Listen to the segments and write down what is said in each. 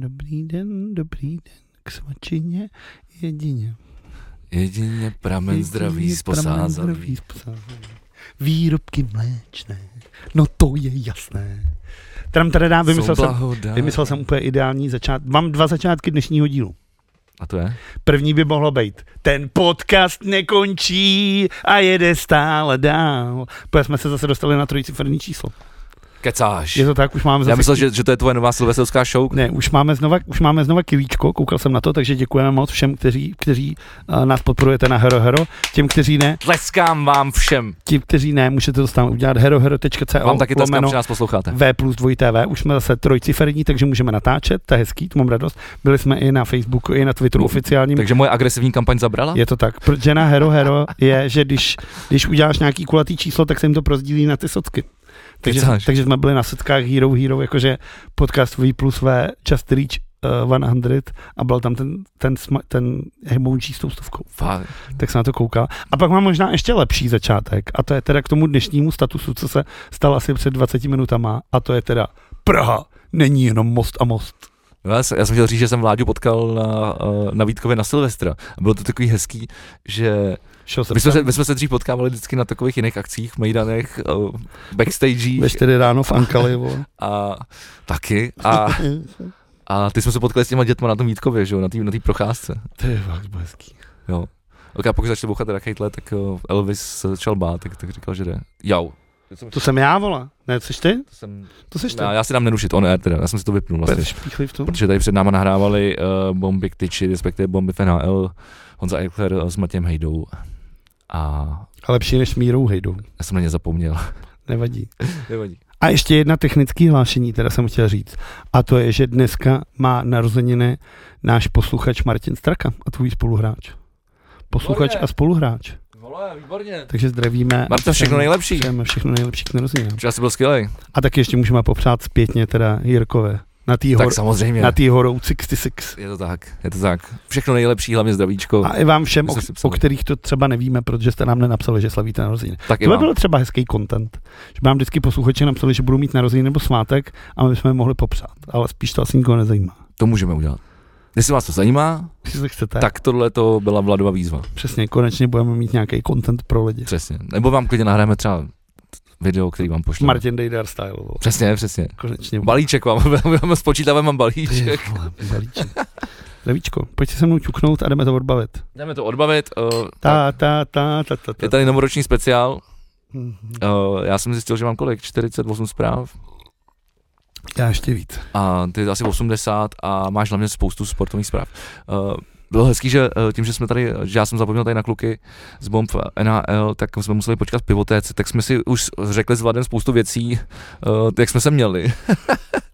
Dobrý den, dobrý den, k svačině jedině. Jedině pramen Jedině zdraví z pramen posázaví. zdraví z Posázaví. Výrobky mléčné, no to je jasné. Tram teda vymyslel jsem, vymyslel jsem úplně ideální začátek. Mám dva začátky dnešního dílu. A to je? První by mohlo být. Ten podcast nekončí a jede stále dál. Protože jsme se zase dostali na trojciferní číslo. Kecáš. Je to tak, už máme zase... Já myslel, že, že to je tvoje nová silvestrovská show. Ne, už máme, znova, už máme znova kivíčko, koukal jsem na to, takže děkujeme moc všem, kteří, kteří uh, nás podporujete na Hero Hero. Těm, kteří ne, Tleskám vám všem. ti, kteří ne, můžete to tam udělat herohero.co Vám taky tleskám, lomeno že nás posloucháte. V plus 2 TV, už jsme zase trojciferní, takže můžeme natáčet, to je hezký, to mám radost. Byli jsme i na Facebooku, i na Twitteru No, oficiálním. Takže moje agresivní kampaň zabrala? Je to tak, protože na Hero Hero je, že když, když uděláš nějaký kulatý číslo, tak se jim to prozdílí na ty socky. Takže, Kecáš. takže jsme byli na sockách Hero Hero, jakože podcast V plus V, Just Reach uh, 100 a byl tam ten, ten, sma, ten hejmoučí s tou stovkou. Fakt. Tak jsem na to koukal. A pak mám možná ještě lepší začátek a to je teda k tomu dnešnímu statusu, co se stalo asi před 20 minutama a to je teda Praha není jenom most a most. Já, jsem- já jsem chtěl říct, že jsem Vláďu potkal na, eh, na Vítkově na Silvestra. A Bylo to takový hezký, že Šel jsem my jsme, tam se, my jsme se dřív potkávali vždycky na takových jiných akcích, mejdanech, eh, ve backstagech 4 ráno v Ankali. vole. a taky. A, a ty jsme se potkali s těma dětma na tom Vítkově, že jo, na té na té procházce. To je fakt hezký. Jo. Ok, a pokud začali bouchat rakejtle, tak jo, Elvis se začal bát, tak, tak říkal, že jde. Jau. To jsem, To jsem já, vole. Ne, což ty? to jsem, To seš ty. já, já si dám nerušit, on air teda, já jsem si to vypnul vlastně. Pers špíchli v tom. Protože tady před náma nahrávali uh, bomby k tyči, respektive bomby v NHL, Honza Eichler eh, s Matějem Hejdou. A A lepší než mírou hejdou. já jsem na ně zapomněl. Nevadí. Nevadí. A ještě jedna technické hlášení, teda jsem chtěl říct. A to je, že dneska má narozeniny náš posluchač Martin Straka a tvůj spoluhráč. Posluchač Výborně. a spoluhráč. Vole, výborně. Takže zdravíme. a Marta, všechno přejeme- nejlepší. Přejeme všechno nejlepší k narozeninám. Včera jsi byl skvělý. A taky ještě můžeme popřát zpětně teda Jirkové. Na tý, hor, Tak samozřejmě. na tý horou 66. Je to tak, je to tak. Všechno nejlepší, hlavně zdravíčko. A i vám všem, My o, jsme si o psali. kterých to třeba nevíme, protože jste nám nenapsali, že slavíte narozeniny. Tak i Tohle vám. byl třeba hezký content, že by nám vždycky posluchači napsali, že budou mít narozeniny nebo svátek a my jsme je mohli popřát, ale spíš to asi nikoho nezajímá. To můžeme udělat. Jestli vás to zajímá, Když se chcete, tak. tak tohle to byla Vladova výzva. přesně, konečně budeme mít nějaký content pro lidi. Přesně. Nebo vám klidně nahráme třeba video, který vám pošleme. Martin Dejdar style, vole. Přesně, přesně. konečně. Balíček vám, vám spočítáme, mám Ty balíček. vole, balíček. Zdravíčko, pojď se se mnou čuknout a jdeme to odbavit. Jdeme to odbavit. Uh, Ta, ta, ta, ta, ta, ta. je tady novoroční speciál. Mhm. Uh, já jsem zjistil, že mám kolik? 48 zpráv. Já ještě víc. A ty asi 80 a máš hlavně spoustu sportovních zpráv. Uh, bylo hezký, že eh, tím, že jsme tady, že já jsem zapomněl tady na kluky z bomb NHL, tak jsme museli počkat v pivotéce, tak jsme si už řekli s Vladem spoustu věcí, eh, jak jsme se měli.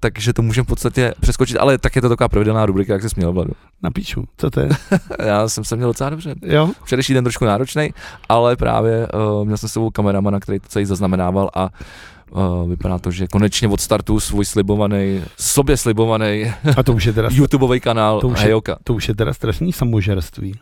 Takže to můžeme v podstatě přeskočit, ale tak je to taková pravidelná rubrika, jak se směl Vladu. Napíšu, co to je? Já jsem se měl docela dobře. Jo? Včerejší den trošku náročný, ale právě uh, měl jsem s sebou kameramana, který to celý zaznamenával a uh, vypadá to, že konečně odstartuju svůj slibovaný, sobě slibovaný A to už je teda, YouTubeový kanál To už je- Hejoka. to už je teda strašný samožerství.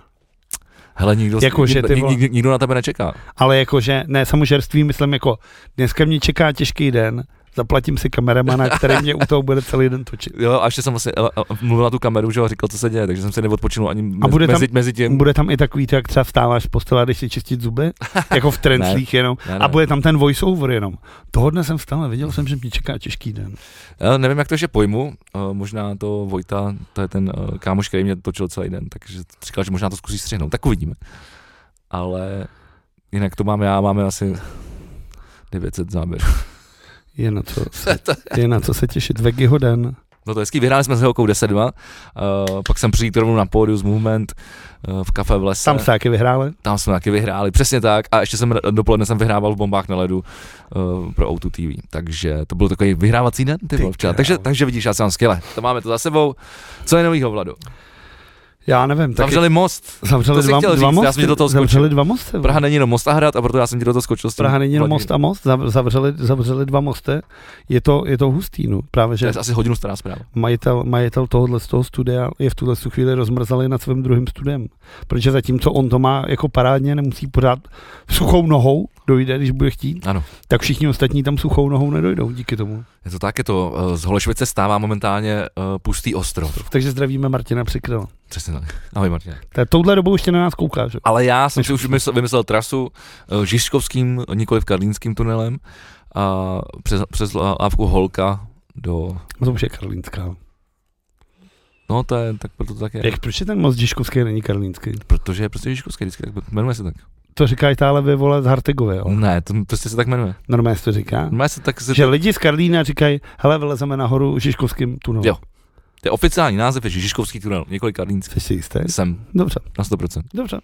Hele, nikdo, Jako, že nikdo, ty nik- vole. nik- nikdo na tebe nečeká. Ale jakože, ne samožerství, myslím jako, dneska mě čeká těžký den, zaplatím si kameramana, který mě u toho bude celý den točit. Jo, a ještě jsem vlastně eh, eh, mluvil na tu kameru, že jo, a říkal, co se děje, takže jsem se neodpočinul ani mezi, bude tam- mezi, mezi tím. Bude tam i takový, to, jak třeba vstáváš z postele, a jdeš si čistit zuby, jako v trenclích jenom. Ne, ne. A bude tam ten voiceover jenom. Toho dne jsem vstal a věděl jsem, že mě čeká těžký den. Já Eh, nevím, jak to ještě pojmu, eh, možná to Vojta, to je ten eh, kámoš, který mě točil celý den, takže říkal, že možná to zkusí střihnout, tak uvidíme. Ale jinak to máme já, máme asi 900 záběrů. Je na co se, je na co se těšit. Vegiho den. No to je hezký, vyhráli jsme s Helkou 10-2, eh, pak jsem přijít rovnou na Podius Movement eh, v kafe v lese. Tam se taky vyhráli. Tam jsme taky vyhráli, přesně tak. A ještě jsem dopoledne jsem vyhrával v bombách na ledu uh, pro O2 TV. Takže to byl takový vyhrávací den, ty, Ty vole, včera. Takže, krávo. takže vidíš, já jsem skvěle. To máme to za sebou. Co je novýho, Vlado? Já nevím, tak Zavřeli most. zavřeli to jsi dva, chtěl dva říct, já jsem mosty. ti do toho skočil. Zavřeli dva mosty. Praha není jenom most a hrad a proto já jsem ti do toho skočil. s tím Praha není jenom most Vladimírem. a most, zav- zavřeli, zavřeli dva mosty. Je to, je to hustý, no. Právě, To že je asi hodinu stará zpráva. majitel, majitel tohohle z toho studia je v tuhle tu chvíli rozmrzalý nad svým druhým studiem. Protože zatímco on to má jako parádně, nemusí pořád suchou nohou, dojde, když bude chtít, Ano. tak všichni ostatní tam suchou nohou nedojdou díky tomu. Je to tak, je to eh, z Holešovice stává momentálně eh, pustý ostrov. Takže zdravíme Martina Přikryla. Přesně tak. Ahoj Martina. Ta, touhle dobou ještě na nás kouká, že? Ale já jsem si Než už vymyslel, vymyslel trasu eh, Žižkovským, nikoli v Karlínským tunelem, a přes, přes lávku Holka do... A to už je Karlínská. No to je, tak proto to tak je. Jak, proč je ten most Žižkovský není Karlínský? Protože je prostě Žižkovský vždycky, tak jmenuje se tak. To říká táhle ve vole z Hartegové, jo? Ne, to prostě se tak jmenuje. Normálně se to říká. Jmenuje se tak, se, Že lidi z Karlína říkají, hele, vylezeme nahoru Žižkovským tunelem. Jo. to je oficiální název je Žižkovský tunel, nikoli Karlínský. Jsi si jistý? Jsem Dobře, na 100%. dobře.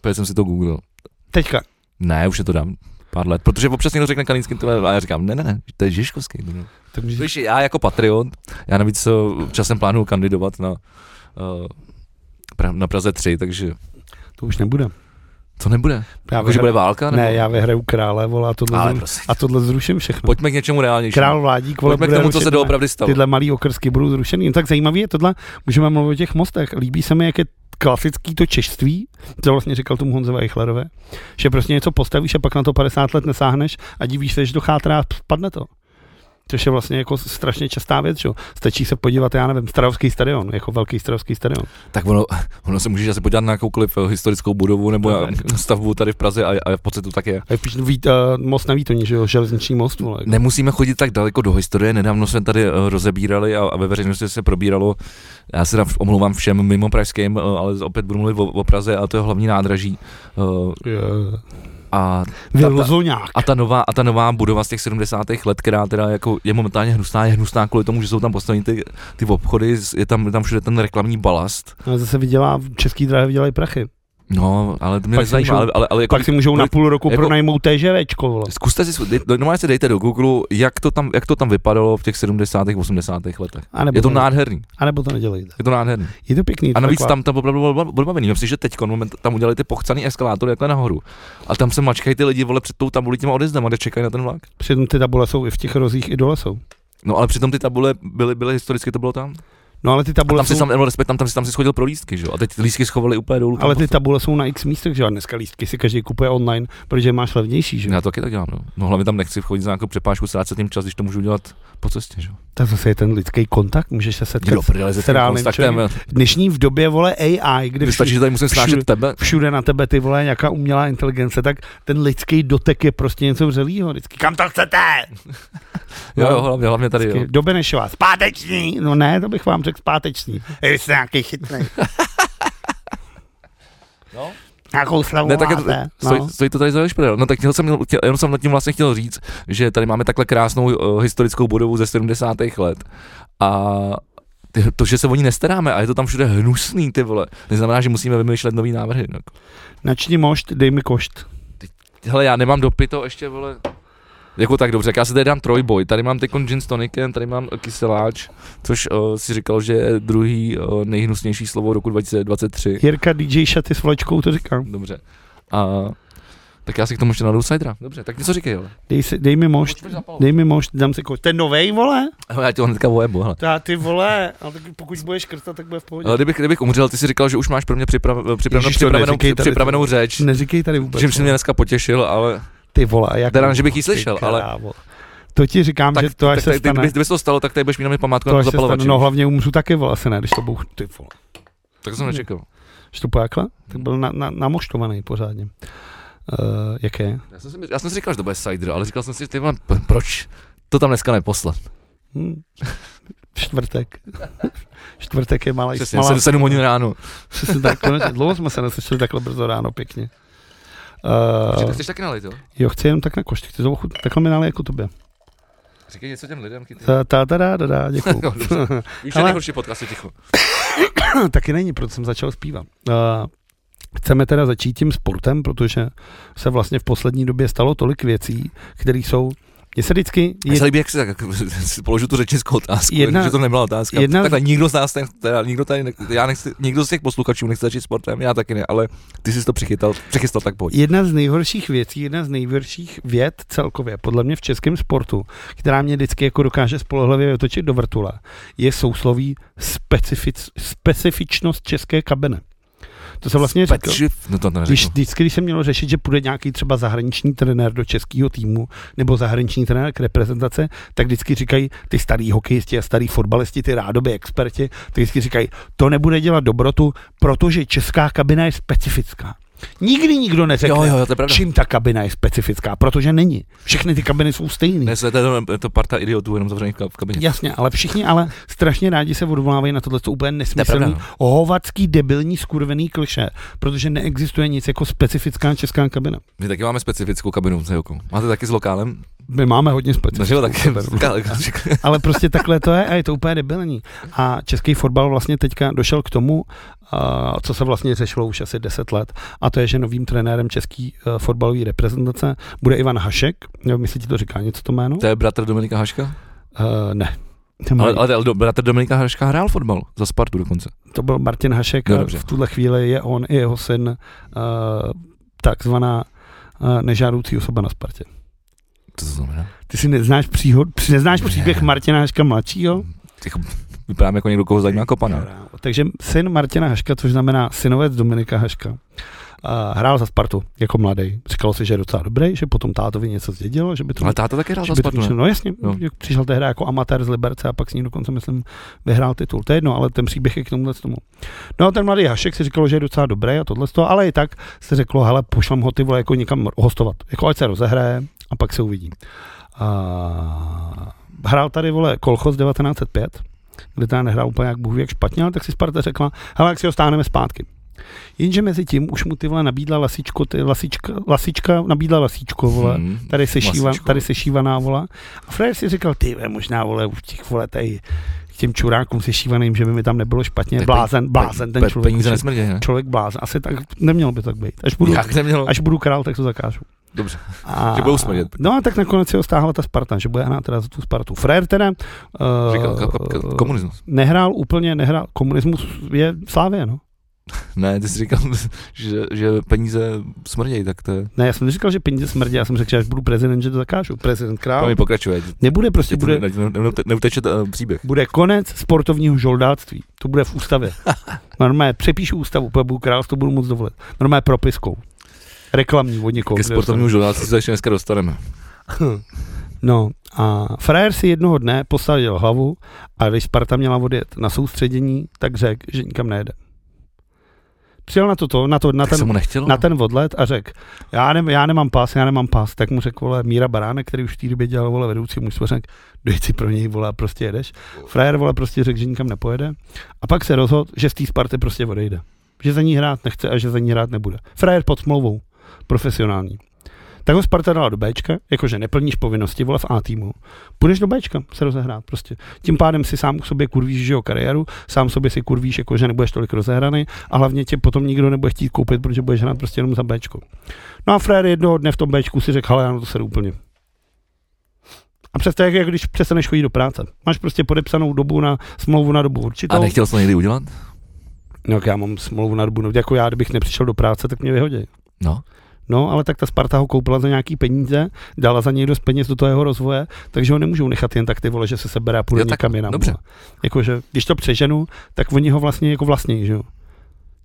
Protože jsem si to googlil. Teďka, Ne, už je to dám pár let, protože občas někdo řekne Karlínský tunel a já říkám, ne, ne, ne, to je Žižkovský tunel. to můžeš... Víš, já jako patriot, já navíc eh, časem plánuju kandidovat na, eh, pra, na Praze 3, takže to už nebude. to nebude. Já Jakože Jako, bude válka? Nebo? Ne, já vyhraju krále, volá tohle Ale prostě- zru... prosím, a tohle zruším všechno. pojďme k něčemu reálnějšímu. Král vládí, kvůli pojďme k tomu, co se doopravdy stalo. Tyhle malý okrsky budou zrušený. Jen tak zajímavý je tohle, můžeme mluvit o těch mostech. Líbí se mi, jak je klasický to češství, co vlastně říkal tomu Honzovi Eichlerové, že prostě něco postavíš a pak na to 50 let nesáhneš a divíš se, že to chátrá a spadne to. Což je vlastně jako strašně častá věc, že? jo. Stačí se podívat, já nevím, Starovský stadion, jako velký Starovský stadion. Tak ono, ono se můžeš asi podívat na jakoukoliv eh, historickou budovu nebo No, na stavbu tady v Praze a, a v pocitu tak je. A je píš, vít, uh, most na Výtoně, že jo, železniční most, vole. Nemusíme chodit tak daleko do historie, nedávno jsme tady eh, rozebírali a, a ve veřejnosti se probíralo, já se tam omlouvám všem mimo pražským, eh, ale opět budu mluvit o, o Praze a to je hlavní nádraží. eh, Eh, A Vylozoňák. A ta nová, a ta nová budova z těch 70. let, která teda jako je momentálně hnusná, je hnusná kvůli tomu, že jsou tam postaveny ty, ty obchody, s- je tam, je tam všude ten reklamní balast. Ale zase vydělá, český drahé vydělají prachy. No, ale to mě Pak nezajímá, můžou- ale, ale, ale jako, Pak si můžou na půl roku jako- pronajmout TŽVčko, vole. zkuste si, s- dej- normálně si dejte do Google, jak to tam, jak to tam vypadalo v těch 70. 80. letech. A nebo, Je to ne, nádherný, a nebo to nedělejte. je to nádherný. Je to pěkný. A navíc taková- tam, tam opravdu bylo bylo odbavený. Myslím, že teď moment, tam udělali ty pochcaný eskalátory takhle nahoru. A tam se mačkají ty lidi vole před tou tabulí těma odezdama, kde čekají na ten vlak. Přitom ty tabule jsou i v těch rozích, i dole jsou. No ale přitom ty tabule byly, byly historicky to bylo tam. No ale ty A tabule tam si jsou, tam, nebo respekt, tam, tam, si, tam si schodil pro lístky, že jo? A teď ty lístky schovali úplně dolů. ale ty tabule jsou na x místech, že jo? A dneska lístky si každý kupuje online, protože je máš levnější, že jo? Já to taky tak dělám, no. no hlavně tam nechci chodit za nějakou přepážku, ztrácet tím čas, když to můžu dělat po cestě, že jo? Tak zase je ten lidský kontakt, můžeš se Jdi setkat. do prdele se s tím reálným kontaktem. V dnešní v době, vole, AI, kdy Vystačí, všude, že tady musím všude- snášet tebe. všude na tebe ty vole nějaká umělá inteligence, tak ten lidský dotek je prostě něco vřelýho vždycky. Kam to chcete? Jo, jo, hlavně, hlavně tady, jo. No. Vždycky, Do Benešova, zpáteční. No ne, to bych vám řekl zpáteční. Vy jste nějaký chytný. No. Nějakou slavu Ne, tak je to, máte. No. stojí, stojí, to tady za šprdel. No tak chtěl jsem, chtěl, jenom jsem nad tím vlastně chtěl říct, že tady máme takhle krásnou uh, historickou budovu ze 70. let a ty- to, že se o ní nestaráme a je to tam všude hnusný, ty vole, neznamená, že musíme vymýšlet nový návrhy. No. Načni mošt, dej mi košt. Hele, já nemám dopito ještě, vole. Jako tak dobře, tak já si tady dám trojboj. Tady mám tekon gin s tonikem, tady mám eh, kyseláč, což uh, si říkal, že je druhý uh, nejhnusnější slovo roku 2023. Jirka DJ šaty s vlečkou to říkám. Dobře. A tak já si k tomu ještě nadu sajdra. Dobře, tak něco říkej, ale. Dej, si, dej mi mošt, dej mi mošt, dám si košt. Ten novej, vole? No, Já tě ho hnedka vojebu, hele. Ta, ty vole, ale tak pokud budeš krtat, tak bude v pohodě. Ale kdybych, kdybych umřel, ty si říkal, že už máš pro mě připrav, připravenou, Ježiš, to připravenou, neříkej tady připravenou řeč. Neříkej tady vůbec. Že jsi mě vole. dneska potěšil, ale Ty vole, a jak... teda, ne, že bych ji slyšel, Ty ale krávo. To ti říkám, tak, že to až tak, se tak, stane. kdyby, kdyby se to stalo, tak tady budeš mít na mě památku to na až se stane. zapalovači. No hlavně umřu taky, vole, asi ne, když to bouch... Ty vole. Tak to jsem nečekal. Že to pojakla? Tak byl na, na, namoštovaný pořádně. Uh, jaké? Já jsem, si, já jsem si říkal, že to bude cider, ale říkal jsem si, ty vole, p- proč to tam dneska neposlat? Hm. Čtvrtek. Čtvrtek je malý. Přesně, jsem 7 hodin ráno. Přesně tak, konečně. Dlouho jsme se neslyšeli takhle brzo ráno, pěkně. Protože Uh, ty chceš taky nalejt, jo? jo, chci jenom tak na košti, chci to ochutnat. Takhle mi nalej jako tobě. Říkej něco těm lidem, ty. Ta, ta, ta, da, da, da, děkuju. Jo, dobře. Víš, že Ale- nejhorší podcast je ticho. Taky není, proto jsem začal zpívat. Uh, chceme teda začít tím sportem, protože se vlastně v poslední době stalo tolik věcí, které jsou... Mně se vždycky... Mně se líbí, jak si, tak, si položil tu řečnickou otázku, Jedna- jedna, že to nebyla otázka. jedna- Jedna, Takhle nikdo z nás, ne, teda, nikdo, tady ne, já nechci, nikdo z těch posluchačů nechce začít sportem, já taky ne, ale ty jsi to přichytal, přechystal, tak pojď. Jedna z nejhorších věcí, jedna z nejhorších věd celkově, podle mě v českém sportu, která mě vždycky jako dokáže spolehlivě otočit do vrtule, je sousloví specific, specifičnost české kabiny. To se vlastně říkalo. Pečiv, no to neřeknu. Když, vždycky, když se mělo řešit, že půjde nějaký třeba zahraniční trenér do českého týmu nebo zahraniční trenér k reprezentace, tak vždycky říkají ty starý hokejisti a starý fotbalisti, ty rádoby experti, tak vždycky říkají, to nebude dělat dobrotu, protože česká kabina je specifická. Nikdy nikdo neřekne, jo, jo, to je pravda. čím ta kabina je specifická, protože není. Všechny ty kabiny jsou stejné. Ne, to je to, je to parta idiotů, jenom zavřených v ka- v kabině. Jasně, ale všichni ale strašně rádi se odvolávají na tohle úplně To je nesmyslný, pravda, no. hovacký, debilní, skurvený kliše, protože neexistuje nic jako specifická česká kabina. My taky máme specifickou kabinu v Zejoku. Máte taky s lokálem? My máme hodně No, že jo, specifickou taky. kabinu. Ale prostě takhle to je a je to úplně debilní. A český fotbal vlastně teďka došel k tomu, a co se vlastně řešilo už asi 10 let, a to je, že novým trenérem český eh, fotbalové reprezentace bude Ivan Hašek. Nevím, jestli ti to říká něco to jméno? To je bratr Dominika Haška? Uh, ne. Eh, Ale, ale, ale do- bratr Dominika Haška hrál fotbal za Spartu dokonce. To byl Martin Hašek No, a dobře. v tuhle chvíli je on i jeho syn uh, takzvaná uh, nežádoucí osoba na Spartě. Co to znamená? Ty si neznáš, příhod, při- neznáš Ne. příběh Martina Haška mladšího? Jako, vypadám jako někdo, koho zajímá kopaná. Krávo. Takže syn Martina Haška, což znamená synovec Dominika Haška, uh, hrál za Spartu jako mladý. Říkalo si, že je docela dobrý, že potom tátovi něco zdědilo, že by to Ale táta taky hrál že za by to Spartu, ne? měl- no jasně, Jo. no. přišel tehdy jako amatér z Liberce a pak s ním dokonce, myslím, vyhrál titul. To je jedno, ale ten příběh je k tomuhle tomu. No a ten mladý Hašek si říkalo, že je docela dobrý a tohle z toho, ale i tak se řeklo, hele, pošlem ho ty vole jako někam hostovat. Jako ať se rozehraje a pak se uvidí. A... Hrál tady, vole, Kolchos 1905, kde ta nehrál úplně jak Bůh ví, jak špatně, ale tak si Sparta řekla, hele, jak si ho stáhneme zpátky. Jenže mezi tím už mu ty vole nabídla lasičko, ty lasička, lasička nabídla lasičko, vole, Hmm. tady se, šíva, Masíčko. tady se šívaná vola. A Frér si říkal, ty ve, možná vole, už těch vole tady k těm čurákům se šívaným, že by mi tam nebylo špatně. Tak Blázen, blázen ten Pe- člověk. Peníze nesmrdí, ne? Člověk blázen. Asi tak nemělo by tak být. Až budu, Jak neměl? až budu král, tak to zakážu. Dobře. A, Že budou smrdět. No a tak nakonec si ho stáhla ta Sparta, že bude hrát teda za tu Spartu. Frér teda eh, Říkal, ka- ka- ka- komunismus. nehrál úplně, nehrál, komunismus je slávě, no. Ne, ty jsi říkal, že, že peníze smrdějí, tak to je... Ne, já jsem neříkal, že peníze smrdí, já jsem řekl, že až budu prezident, že to zakážu. Prezident To mi král. pokračuje. Nebude prostě, Teď bude, bude... Neuteče eh, příběh. bude konec sportovního žoldáctví. To bude v ústavě. Normálně přepíšu ústavu, protože budu král, to budu moc dovolit. Normálně propiskou. Reklamní od někoho. Ke kde sportovnímu žurnálu se ještě dneska dostaneme. dostanu. No a frajer si jednoho dne posadil hlavu a když Sparta měla odjet na soustředění, tak řekl, že nikam nejede. Přijel na, toto, na, to, na, Tak ten, se ten, mu nechtělo? na ten odlet a řekl, já, ne, já nemám pás, já nemám pás, tak mu řekl, vole, Míra Baránek, který už v té době dělal, vole, vedoucí mužstvo, řekl, dojď si pro něj, vole, a prostě jedeš. Frajer, vole, prostě řekl, že nikam nepojede a pak se rozhodl, že z té Sparty prostě odejde. Že za ní hrát nechce a že za ní hrát nebude. Frajer pod smlouvou, profesionální. Tak ho Sparta dala do Bčka, jakože neplníš povinnosti, vole v A týmu. Půjdeš do Bčka se rozehrát prostě. Tím pádem si sám k sobě kurvíš, že jo, kariéru, sám sobě si kurvíš, jakože nebudeš tolik rozehraný a hlavně tě potom nikdo nebude chtít koupit, protože budeš hrát prostě jenom za Bčko. No a Frér jednoho dne v tom Bčku si řekl, ale já na to se úplně. A přesto jak, jak když přestaneš chodit do práce. Máš prostě podepsanou dobu na smlouvu na dobu určitou. A nechtěl jsi to někdy udělat? No, jak já mám smlouvu na dobu, no, jako já, kdybych nepřišel do práce, tak mě vyhodí. No. No, ale tak ta Sparta ho koupila za nějaký peníze, dala za něj dost peněz do toho jeho rozvoje, takže ho nemůžou nechat jen tak ty vole, že se sebere a půjde Jo, tak někam jinam. dobře. vole. Jakože, když to přeženu, tak oni ho vlastně jako vlastní, že jo.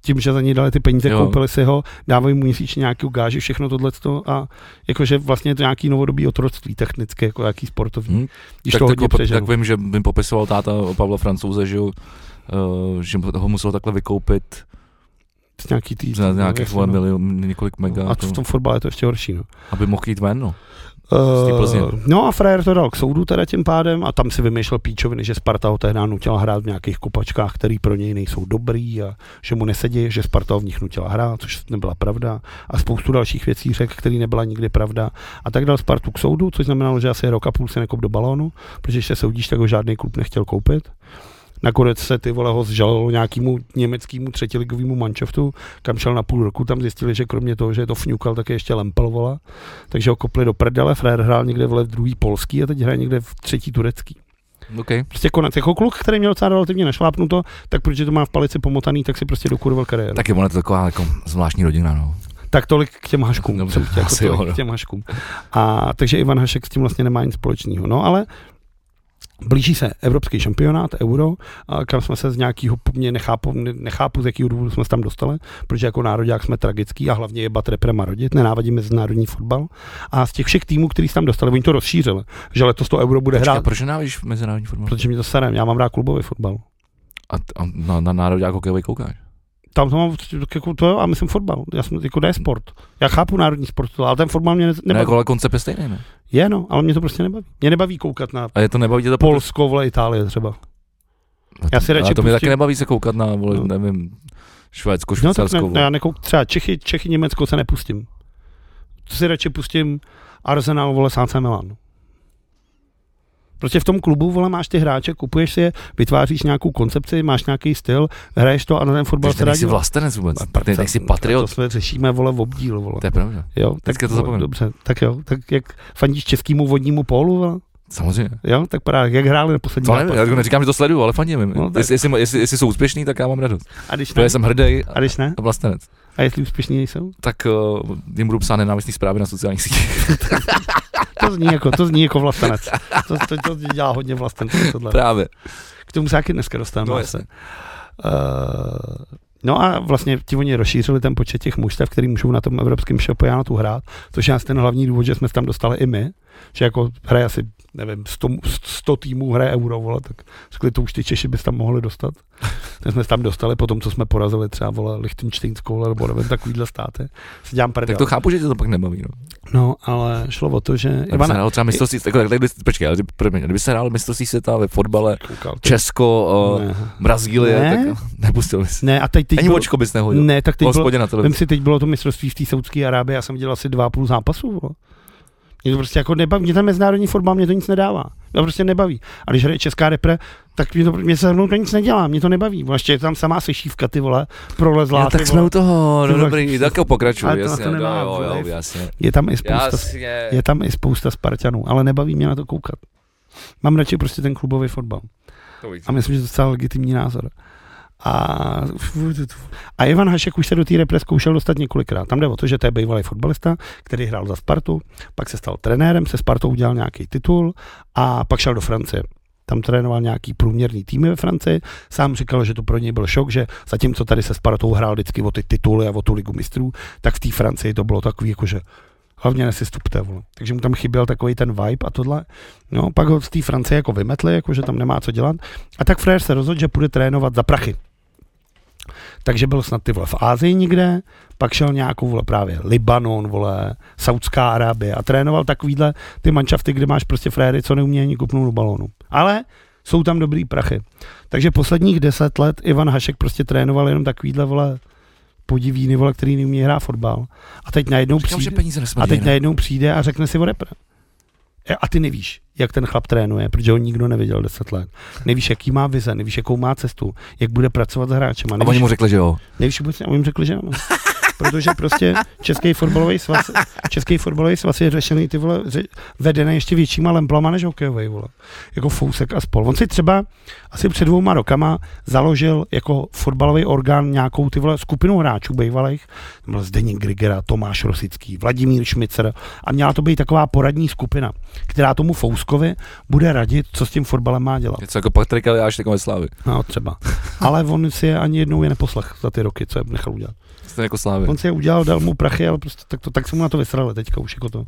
Tím, že za něj dali ty peníze, Jo. jo. koupili si ho, dávají mu měsíčně nějaký gáži, všechno tohleto a jakože vlastně je to nějaký novodobý otroctví technické, jako jaký sportovní, Hm? když tak, to hodně tak, jako- po- přeženu. tak vím, že mi popisoval táta o Pavla Francouze, že, jo, eh, že ho musel takhle vykoupit Z nějaký tý, za nějakých jasně, vole no. milion, několik mega, jako- A to v tom fotbale je to ještě horší, no. aby mohl jít ven, no. té Plzně. Uh, no a frajer to dal k soudu teda tím pádem a tam si vymýšlel píčoviny, že Sparta ho tehdy nutila hrát v nějakých kopačkách, které pro něj nejsou dobrý a že mu nesedí, že Sparta ho v nich nutila hrát, což nebyla pravda a spoustu dalších věcí řekl, který nebyla nikdy pravda a tak dal Spartu k soudu, což znamenalo, že asi rok a půl se nekop do balónu, protože když se soudíš, tak ho žádný klub nechtěl koupit. Nakonec se ty vole ho zžalilo nějakému německému třetiligovému manšaftu, kam šel na půl roku, tam zjistili, že kromě toho, že je to fňukal, tak je ještě lempel vola takže ho kopli do prdele, Frér hrál někde vole v druhý polský a teď hraje někde v třetí turecký. OK. Prostě konec, jako kluk, který měl docela relativně našlápnuto, tak protože to má v palici pomotaný, tak si prostě dokurval kariéru. Tak, Tak je ona to taková jako zvláštní rodina, no. tak tolik k těm haškům. Dobře, jsem chtěl, jako asi jo, tolik no. k těm haškům. A takže Ivan Hašek s tím vlastně nemá nic společného. No ale Blíží se evropský šampionát, euro, a kam jsme se z nějakého, mě nechápu, ne- nechápu, z jakého důvodu jsme se tam dostali, protože jako národák jsme tragický a hlavně je bat reprema rodit, nenávidí mezinárodní fotbal. A z těch všech týmů, který se tam dostali, oni to rozšířili, že letos to euro bude Počkej, a hrát, proč nenávidíš mezinárodní fotbal? protože mě to serem, já mám rád klubový fotbal. A, t- a na, na národě jako kejvej koukáš. Tam to mám, jako to, a myslím fotbal, já jsem, jako ne sport. Já chápu národní sport, ale ten fotbal mě ne, Ne, nebaví. jako, ale koncept je stejný, ne? Je, no, ale mě to prostě nebaví. Mě nebaví koukat na A je to nebaví tě to Polsko, vole, Itálie třeba. A Já si radši ale to mě pustím- taky nebaví se koukat na, vole, No. nevím, Švédsko, No, tak Švýcarsko. ne, ne, vole. já nekouk, třeba Čechy, Čechy, Německo se nepustím. To si radši pustím Arsenal, vole, Sánce Milan. Prostě v tom klubu, vole, máš ty hráče, kupuješ si je, vytváříš nějakou koncepci, máš nějaký styl, hraješ to a na ten fotbal Takže se ty nejsi radí. vlastenec vůbec, A ty nejsi patriot. To jsme řešíme, vole, v obdíl, vole. To je pravda. Jo, tak Vždycky to vole, zapomenu. Dobře, tak jo, tak jak fandíš českému vodnímu polu, vole, Samozřejmě. jo, tak právě jak hráli na poslední To nevím, já zápas. jako neříkám, že to sleduju, ale fandím jim. No, tak- jestli, jestli, jestli, jestli, jsou úspěšní, tak já mám radost. A když ne, Protože jsem hrdý a, a když ne, a vlastenec. a jestli úspěšní nejsou? Tak uh, jim budu psát nenávistné zprávy na sociálních sítích. To zní jako, to zní jako vlastenec. To, to, to dělá hodně vlastenec. Tohle. Právě. K tomu se taky dneska dostaneme. No, No, jasně. Uh, no a vlastně ti oni rozšířili ten počet těch mužstev, který můžou na tom evropském šampionátu hrát, což je asi ten hlavní důvod, že jsme se tam dostali i my, že jako hraje asi, nevím, 100, 100 týmů hraje euro, vole, tak řekli, to už ty Češi by se tam mohli dostat. Tak jsme se tam dostali po tom, co jsme porazili třeba, vole, Lichtensteinskou, vole, nebo nevím, takovýhle státy. Si dělám prdel. Tak to chápu, že tě to pak nebaví. No. No, ale šlo o to, že Kdyby se Ivana... hrál třeba mistrovství, tak, tak, tak, kdyby- počkej, ale kdyby- promiň, kdyby se hrál mistrovství světa ve fotbale, Koukal, ty- Česko, uh, ne. Brazílie, Ne. tak nepustil bys. ne, a teď, teď Ani bylo, očko bys nehodil. ne, tak V teď bylo, hospodě na Vem televizi. si, teď bylo to mistrovství v té Saudské Arábii, já jsem viděl asi dva a půl zápasů. Vole. Mě to prostě jako nebaví, mě ten mezinárodní fotbal, mě to nic nedává. Mě to prostě nebaví. A když hraje česká repre, tak mě, to, mě se mnou to nic nedělá, mě to nebaví. Vole, ještě je tam samá sešívka, ty vole, prolezlá. No, ty tak jsme vole. u toho, Ty no vole, dobrý, tak jo, ale pokračuj, to na jasně, to no, nemá jo, jo, vliv. jasně. Je tam i spousta, Jasně, je tam i spousta Spartanů, ale nebaví mě na to koukat. Mám radši prostě ten klubový fotbal. to A myslím, že to je docela legitimní názor. A, a Ivan Hašek už se do té repre zkoušel dostat několikrát. Tam jde o to, že to je bývalý fotbalista, který hrál za Spartu, pak se stal trenérem, se Spartou udělal nějaký titul a pak šel do Francie. Tam trénoval nějaký průměrný týmy ve Francii. Sám říkal, že to pro něj byl šok, že zatímco tady se Spartou hrál vždycky o ty tituly a o tu ligu mistrů, tak v té Francii to bylo takový, jako že hlavně nesestupte, vole. Takže mu tam chyběl takový ten vibe a tohle. No, pak ho z té Francie jako vymetli, jako že tam nemá co dělat. A tak Frér se rozhodl, že půjde trénovat za prachy. Takže byl snad ty vole v Ázii někde, pak šel nějakou vole právě Libanon, vole, Saudská Arábie a trénoval takovýhle ty manšafty, kde máš prostě fréry, co neumějí ani kupnout do balónu. Ale jsou tam dobrý prachy. Takže posledních deset let Ivan Hašek prostě trénoval jenom takovýhle vole podivíny, vole, který neumějí hrát fotbal. A teď najednou Říkám, že přijde... peníze nesmrdí. A teď ne? najednou přijde a řekne si o repre. E, A ty nevíš, jak ten chlap trénuje, protože ho nikdo neviděl 10 let. Nevíš, jaký má vize, nevíš, jakou má cestu, jak bude pracovat s hráčem. A oni mu řekli, že jo. nevíš vůbec, a oni mu řekli, že ano. Protože prostě Český fotbalový svaz, Český fotbalový svaz je řešený ty vole, ře, vedený ještě většíma lemplama než hokejový vole. Jako Fousek a spol. On si třeba asi před dvouma rokama založil jako fotbalový orgán nějakou ty vole skupinu hráčů bývalých. Tam Byl Zdeněk Grigera, Tomáš Rosický, Vladimír Šmicer a měla to být taková poradní skupina, která tomu Fouskovi bude radit, co s tím fotbalem má dělat. Něco jako Patrik Eliáš, tak ve Slávy. No třeba. Ale on si je ani jednou je neposlech za ty roky, co je nechal udělat. Jste jako Slávy. On si je udělal, dal mu prachy, ale prostě tak, to, tak se mu na to vysrali teďka už jako to.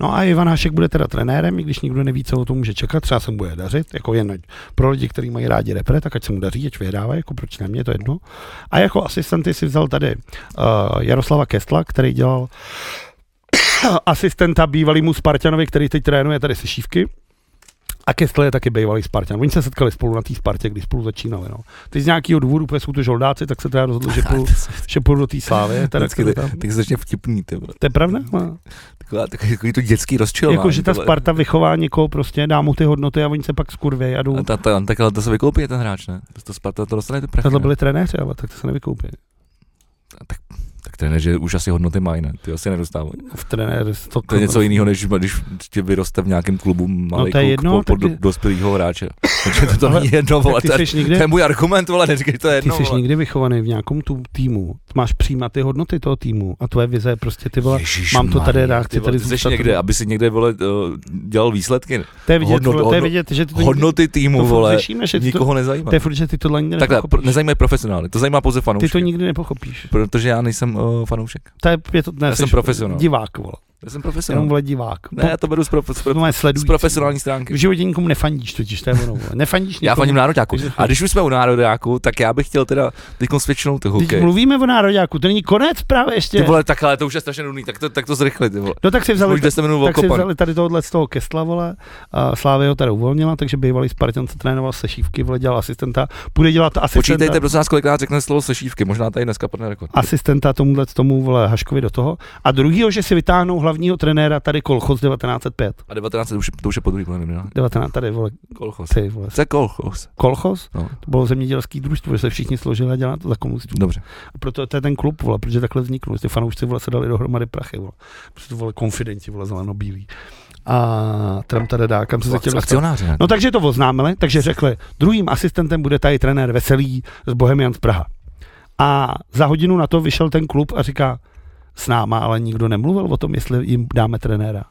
No a Ivan Hašek bude teda trenérem, i když nikdo neví, co o tom může čekat, třeba se mu bude dařit, jako jen ať- pro lidi, kteří mají rádi repre, tak ať se mu daří, ať vyhrává, jako proč ne, mě to jedno. A jako asistenty si vzal tady uh, Jaroslava Kestla, který dělal asistenta bývalýmu Spartanovi, který teď trénuje tady se šívky. A Kestl je taky bývalý Spartan. Oni se setkali spolu na té Spartě, když spolu začínali. No. Teď z nějakého důvodu, protože jsou to žoldáci, tak se teda rozhodl, že půjdu, že půjdu do té slávy. Teda, Vždycky kterou ty- tam- Tak se začne vtipný, ty vole. to je pravda? no. Taková- takový- Takový to dětský rozčilování. Jako, že ta ty vole. Sparta vychová někoho, prostě dá mu ty hodnoty a oni se pak skurvějí a jdou. A ta, ta, tak ale to se vykoupí ten hráč, ne? To, to Sparta to dostane ty prachy. Tohle ne? byli trenéři, ale tak to se nevykoupí. Tak Tak trenéři už asi hodnoty mají, ne? Ty asi nedostávají. v trenér. To, To je něco jiného, než když tě vyroste v nějakém klubu malý No, to je kluk jedno, po, po tak ty- do- dospělého hráče. Takže to tam Ale- není jedno, vole, tak ty to je- jsi někde, to je můj argument, vole, neříkej, že to je ty jedno, jsi vole. někdy vychovaný v nějakém tu týmu. Máš přijímat ty hodnoty toho týmu a tvoje vize je prostě ty vole. mám to tady rád, chci ty vole, tady ty seš zůstat. někde, aby si někde, vole, eh, dělal výsledky. ne? To je vidět, hodnot- vole, to je hodnot- vidět že ty to nikdy- Hodnoty to týmu, furt vole, řešíme, že ty to, nikoho nezajímá. to je furt, že ty tohle nikdy Takhle, pro, nepochopíš. nezajímají profesionály, to zajímá pouze Ty fanoušky. to nikdy nepochopíš. Protože já nejsem uh, fanoušek. To je, je to, ne, Já jsem jsi profesionál. Divák, vole. Já jsem Jenom profesionál. vole divák. Ne, já to beru z, prof, z, prof, to máš z sledující. profesionální V stránky. životě nikomu nefandíš totiž, to je ono, vole. Nefandíš nikomu. Já faním nároďáku. Jako- Takže- A když už jsme u nároďáku, tak já bych chtěl teda teď svědčenou ty Teď hokej. mluvíme o nároďáku, to není konec právě ještě. Ty vole, tak ale to už je strašně nudný, tak to, tak to zrychli, ty vole. No tak si vzali, Už 10 minut tak si okopan. vzali tady tohohle z toho Kestla, vole, a Slávě ho tady uvolnila, takže bývalý Spartan se trénoval se šívky, vole, dělal asistenta, bude dělat asistenta. Počítejte, prosím nás, kolikrát řekne slovo se šívky, možná tady dneska padne rekord. asistenta tomuhle tomu vole Haškovi do toho a druhýho, že si vytáhnou hlavního trenéra tady Kolchos 1905. A 19 to už, to už je po druhý plenu, ne? 19, tady vole, no. Kolchos. ty vole. To je kolchos. Kolchos, No, to bylo zemědělský družstvo, že se všichni složili a dělali to za komunistů. dobře. A proto to je ten klub, vole, protože takhle vzniknul. že Ty fanoušci vole, se dali dohromady prachy, vole. Protože to vole konfidenti, vole, zeleno-bílí. A Trump tady dá, kam se se chtěl Ak- dostat. Akcionáři, ne? No takže to oznámili, takže řekli, druhým asistentem bude tady trenér Veselý z Bohemian z Praha. A za hodinu na to vyšel ten klub a říká, s náma ale nikdo nemluvil o tom, jestli jim dáme trenéra.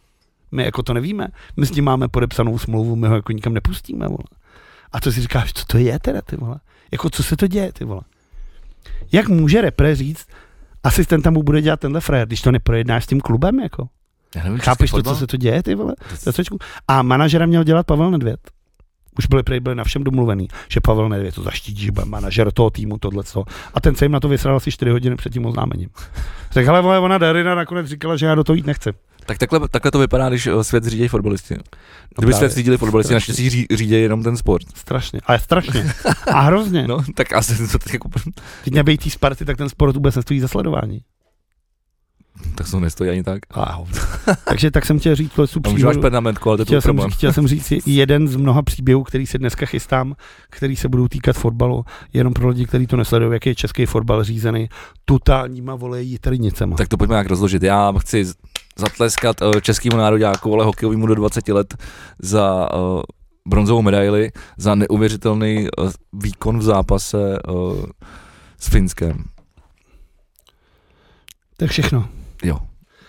My jako to nevíme, my s tím máme podepsanou smlouvu, my ho jako nikam nepustíme, vole. A co si říkáš, co to je teda, ty vole? Jako co se to děje, ty vole? Jak může repre říct, asistenta mu bude dělat tenhle frajer, když to neprojednáš s tím klubem, jako? Já nevím, Chápeš český to, co fotbal? se to děje, ty vole? To- Zatečku. A manažera měl dělat Pavel Nedvěd. Už byli prej byli na všem domluvený, že Pavel Nedvěd to zaštítí, že bude manažer toho týmu, tohle co. A ten se jim na to vysral asi 4 hodiny před tím oznámením. Řekl, ale vole, ona Darina nakonec říkala, že já do toho jít nechci. Tak takhle, takhle to vypadá, když eh, svět řídí fotbalisti. Kdyby No právě. svět řídili fotbalisti, naštěstí ří, řídí jenom ten sport. Strašně, ale strašně. A hrozně. No. No, tak asi to tak jako, Teď nebejt tý Sparty, tak ten sport vůbec nestojí za sledování. tak se to nestojí ani tak. A Takže tak jsem chtěl říct, to A můžu máš příhodu. pernamentku, ale to je Chtěl tvůj jsem, problém. říct, chtěl jsem říct i jeden z mnoha příběhů, který se dneska chystám, který se budou týkat fotbalu, jenom pro lidi, kteří to nesledují, jak je český fotbal řízený totálníma volejí trnicema. Tak to pojďme nějak rozložit. Já chci z- zatleskat eh, českému nároďáku, ale hokejovému do 20 let za eh, bronzovou medaili, za neuvěřitelný eh, výkon v zápase eh, s Finskem. To je všechno. Jo.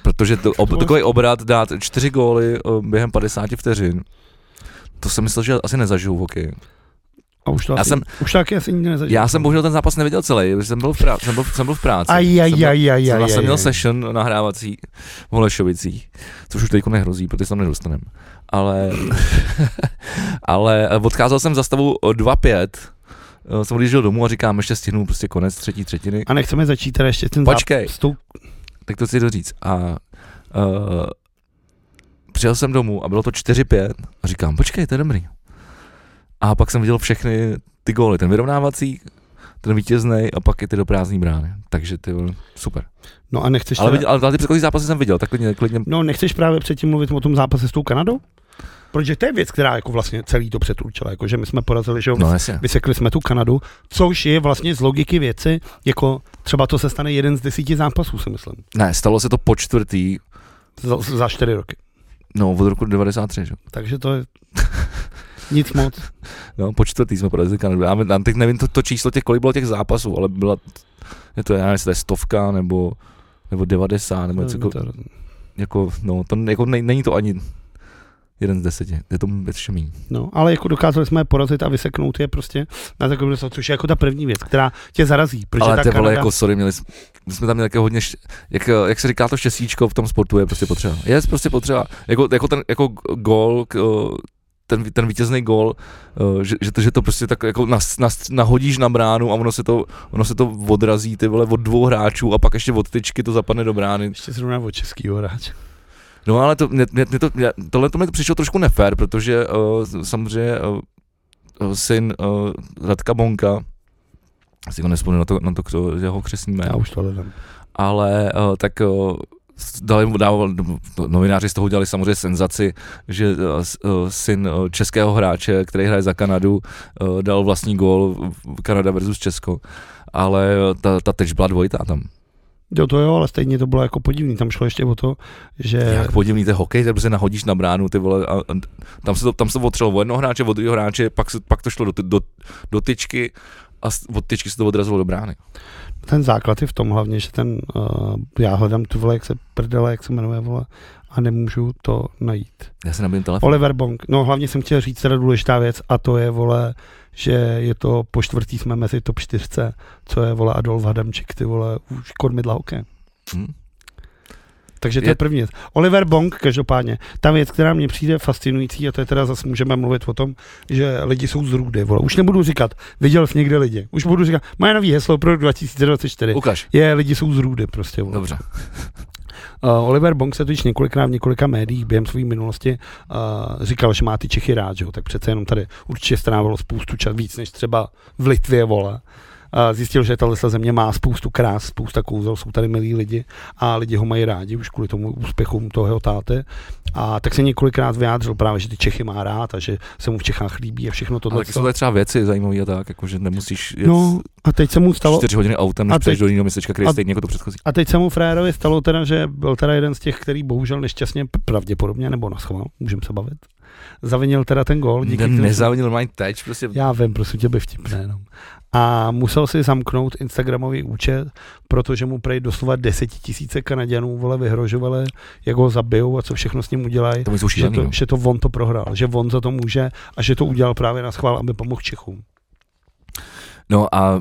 Protože to, ob, takový obrat dát čtyři góly eh, během 50 vteřin, to jsem myslel, že asi nezažiju v hokeji. A už to, Já asi, jsem- už to taky asi nikdy nezažil. Já jsem bohužel ten zápas neviděl celý, protože jsem byl v, prá- jsem byl, jsem byl v práci. Aj, jsem aj, aj, byl- aj, Já, aj, já jsem aj, měl aj. session nahrávací v Holešovicích, což už teďko nehrozí, protože se tam nedostaneme. Ale, ale odcházel jsem za stavu o 2-5, eh, jsem odjížděl domů a říkám, ještě stihnu prostě konec třetí třetiny. A nechceme začít teda ještě ten Počkej. zápas. s tou- Tak to chci doříct. A uh, přijel jsem domů a bylo to 4-5 a říkám, počkej, to je dobrý. A pak jsem viděl všechny ty góly, ten vyrovnávací, ten vítězný a pak i ty do prázdní brány. Takže ty vole, super. No a nechceš Ale, teda- viděl, ale ty předchozí zápasy jsem viděl, tak klidně, klidně No nechceš právě předtím mluvit o tom zápase s tou Kanadou? Protože to je věc, která jako vlastně celý to přetlučila, jako že my jsme porazili, že jo, No jasně. vysekli jsme tu Kanadu, což je vlastně z logiky věci, jako třeba to se stane jeden z desíti zápasů, si myslím, Ne, stalo se to po čtvrtý, za, za čtyři roky. no od roku 93, že? Takže to je nic moc. No, po čtvrtý jsme porazili Kanadu. Já, já teď nevím to, to, číslo, těch, kolik bylo těch zápasů, ale byla, je to, já nevím, jestli to je stovka, nebo, nebo 90, nebo něco, To- jako, to- jako, no, to jako ne, není to ani jeden z deseti, je to ještě méně. No, ale jako dokázali jsme je porazit a vyseknout je prostě na takovém dostat, což je jako ta první věc, která tě zarazí. Protože Ale ta ty vole, Kanada, jako sorry, měli jsme, my jsme tam měli jako hodně, šť- jak, jak, se říká to štěstíčko v tom sportu, je prostě potřeba. Je prostě potřeba, jako, jako ten jako gol, k, eh, ten, ví- ten vítězný gol, eh, že, že, to, že to prostě tak jako nas, nas, nahodíš na bránu a ono se, to, ono se to odrazí ty vole od dvou hráčů a pak ještě od tyčky to zapadne do brány. Ještě zrovna od českýho hráče. No ale to, mě, mě, mě to, mě, tohle to mi přišlo trošku nefér, protože uh, samozřejmě uh, syn uh, Radka Bonka, asi ho nespomínám na to, na to kdo- jeho křesní jméno, Já už to hledám. ale uh, tak uh, dali, mu- dával, no, novináři z toho udělali samozřejmě senzaci, že uh, s- uh, syn uh, českého hráče, který hraje za Kanadu, uh, dal eh, vlastní gól v- v Kanada versus Česko, ale uh, ta, ta teč byla dvojitá tam. Jo, to jo, ale stejně to bylo jako podivný. Tam šlo ještě o to, že... Jak podivný, to je hokej, to se nahodíš na bránu, ty vole, a, a tam se to, tam se to otřelo o jednoho hráče, od druhého hráče, pak, se, pak to šlo do, ty- do, do tyčky a s- od tyčky se to odrazilo do brány. Ten základ je v tom hlavně, že ten, uh, já hledám tu vole, jak se prdele, jak se jmenuje vole, a nemůžu to najít. Já se nabím telefon. Oliver Bong, no hlavně jsem chtěl říct teda důležitá věc a to je vole, že je to po čtvrtý jsme mezi top čtyřce, co je vole Adolf Hadamčík, ty vole, už kormidla hokeje. Hm? Takže to je, Je- je první věc. Oliver Bong, každopádně, ta věc, která mě přijde fascinující, a to je teda zase můžeme mluvit o tom, že lidi jsou z růdy, vole. Už nebudu říkat, viděl jsi někde lidi. Už budu říkat, moje nový heslo pro rok 2024 Ukaž. je lidi jsou z růdy prostě. Vole. Dobře. Uh, Oliver Bong se totiž několikrát v několika médiích během své minulosti uh, říkal, že má ty Čechy rád, že jo? tak přece jenom tady určitě strávalo spoustu čas víc než třeba v Litvě, vole. A zjistil, že tahle země má spoustu krás, spousta kouzel, jsou tady milí lidi a lidi ho mají rádi už kvůli tomu úspěchům toho jeho táty. A tak se několikrát vyjádřil právě, že ty Čechy má rád a že se mu v Čechách líbí a všechno Ale tohle. taky jsou tady třeba věci zajímavé a tak, jakože nemusíš jet No a teď se mu stalo, 4 hodiny autem, A než teď- přejdeš do jiného městečka, které a- je stejně jako to předchozí. A teď se mu frajerovi stalo teda, že byl teda jeden z těch, který bohužel nešťastně, p- pravděpodobně, nebo naschoval, můžeme se bavit, zavinil teda ten gol. Díky kterému- Nezavinil mají teď, prostě Já vím, prosím tě, by vtipné jenom. A musel si zamknout Instagramový účet, protože mu prej doslova desetitisíce Kanaděnů vole vyhrožovali, jak ho zabijou a co všechno s ním udělají. to jsou Že šílený. to, no. že to on to prohrál, že on za to může a že to udělal právě na schvál, aby pomohl Čechům. No a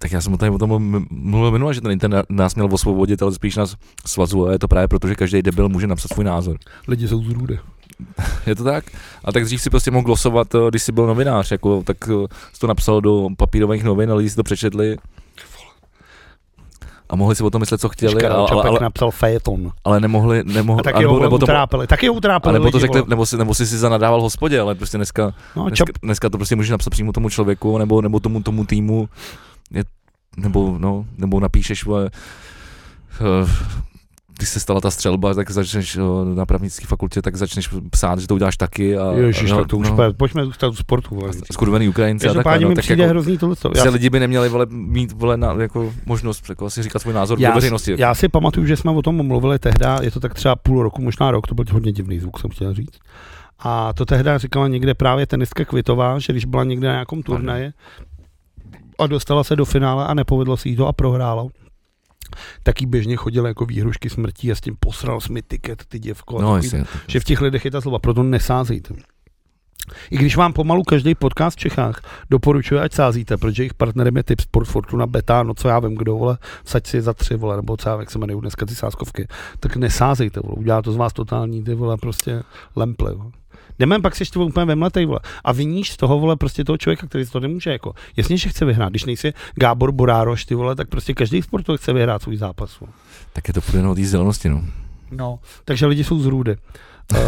tak já jsem o tady o tom m- mluvil minule, že ten internet nás měl osvobodit, ale spíš nás svazuje. Je to právě proto, že každý debil může napsat svůj názor. Lidi jsou zrůdy. Je to tak? A tak dřív si prostě mohl glosovat, eh, když jsi byl novinář, jako, tak eh, jsi to napsal do papírových novin a lidi si to přečetli. A mohli si o tom myslet, co chtěli, Škarel ale, ale, Čapek ale, napsal fejeton. ale nemohli, nemohli A taky anebo- ho vole, nebo to, utrápili. Taky ho a utrápili nebo to lidi, řekli, vole. nebo si, nebo si si zanadával hospodě, ale prostě dneska, No, dneska, Čap, dneska to prostě můžeš napsat přímo tomu člověku, nebo, nebo tomu, tomu týmu, je, nebo, no, nebo napíšeš, vole, eh, když se stala ta střelba, tak začneš eh, na právnické fakultě, tak začneš psát, že to uděláš taky. A, Ježiš, no, tak to už no, no. pojďme zůstat u sportu. Vole. skurvený Ukrajinci a takhle, Každopádně no, mi tak přijde jako, hrozný tohle. já, Já, se lidi by neměli vole, mít vole, na, jako možnost jako, si říkat svůj názor Já do si- veřejnosti. Já, já si pamatuju, že jsme o tom mluvili tehdy, je to tak třeba půl roku, možná rok, to byl hodně divný zvuk, jsem chtěl říct. A to tehdy říkala někde právě tenistka Kvitová, že když byla někde na nějakém turnaji a dostala se do finále a nepovedlo se jí to a prohrála, tak jí běžně chodila jako výhrušky smrti a s tím posral jsi mi tiket, ty děvko. a no, takový jasně. že v těch lidech je ta slova, proto nesázejte. I když vám pomalu každý podcast v Čechách doporučuje, ať sázíte, protože jejich partnerem je typ Sport Fortuna, Betano, co já vím, kdo vole, saď si za tři vole, nebo co já vím, jak se jmenují dneska ty sázkovky, tak nesázejte, vole, udělá to z vás totální ty vole, prostě lemple. Vole. Demen pak se štvou úplně vemletej, vole. A viníš z toho, vole, prostě toho člověka, který si to nemůže, jako. Jasně, že chce vyhrát. Když nejsi Gábor Borároš, ty vole, tak prostě každý sportovec chce vyhrát svůj zápas. Vole. Tak je to půjde o té zelenosti, no. No, takže lidi jsou z růdy. Uh,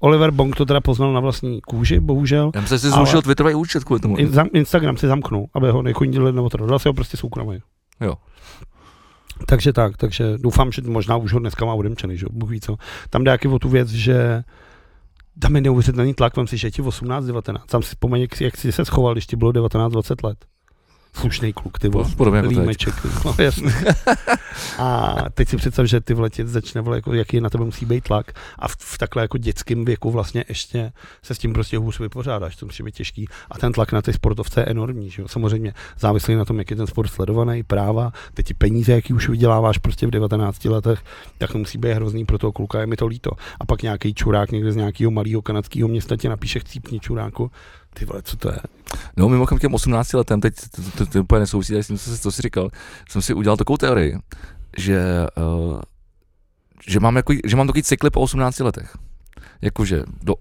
Oliver Bong to teda poznal na vlastní kůži, bohužel. Já myslím, že jsi Ale- zrušil Twitterový účet kvůli tomu. In, zam, Instagram si zamknul, aby ho nechundili nebo to. Dal si ho prostě soukromě. Jo. Takže tak, takže doufám, že možná už ho dneska má odemčený, že jo, Bůh ví co. Tam jde jaký o tu věc, že tam je neuvěřitelný tlak, vám si, že je ti 18, 19. Tam si vzpomeň, jak, jsi- jak jsi se schoval, když ti bylo 19, 20 let. Slušný kluk, ty vole. Podobně jako teď. Límeček, ty vole, jasně. A teď si představ, že ty vletě začne, vole, jako, jaký na tebe musí být tlak a v, v takhle jako dětském věku vlastně ještě se s tím prostě hůř vypořádáš, to musí být těžký. A ten tlak na ty sportovce je enormní, že jo? samozřejmě závislý na tom, jak je ten sport sledovaný, práva, teď ti peníze, jaký už vyděláváš prostě v 19 letech, tak to musí být hrozný pro toho kluka, je mi to líto. A pak nějaký čurák někde z nějakého malého kanadského města ti napíše chcípni čuráku, ty vole, co to je? No, mimochodem těm 18 letem, teď to, to, to úplně nesouvisí tady s tím, co, jsi- co jsi říkal, jsem si udělal takovou teorii, že, uh, že, mám, jako, že mám takový cykly po 18 letech. Jakože do,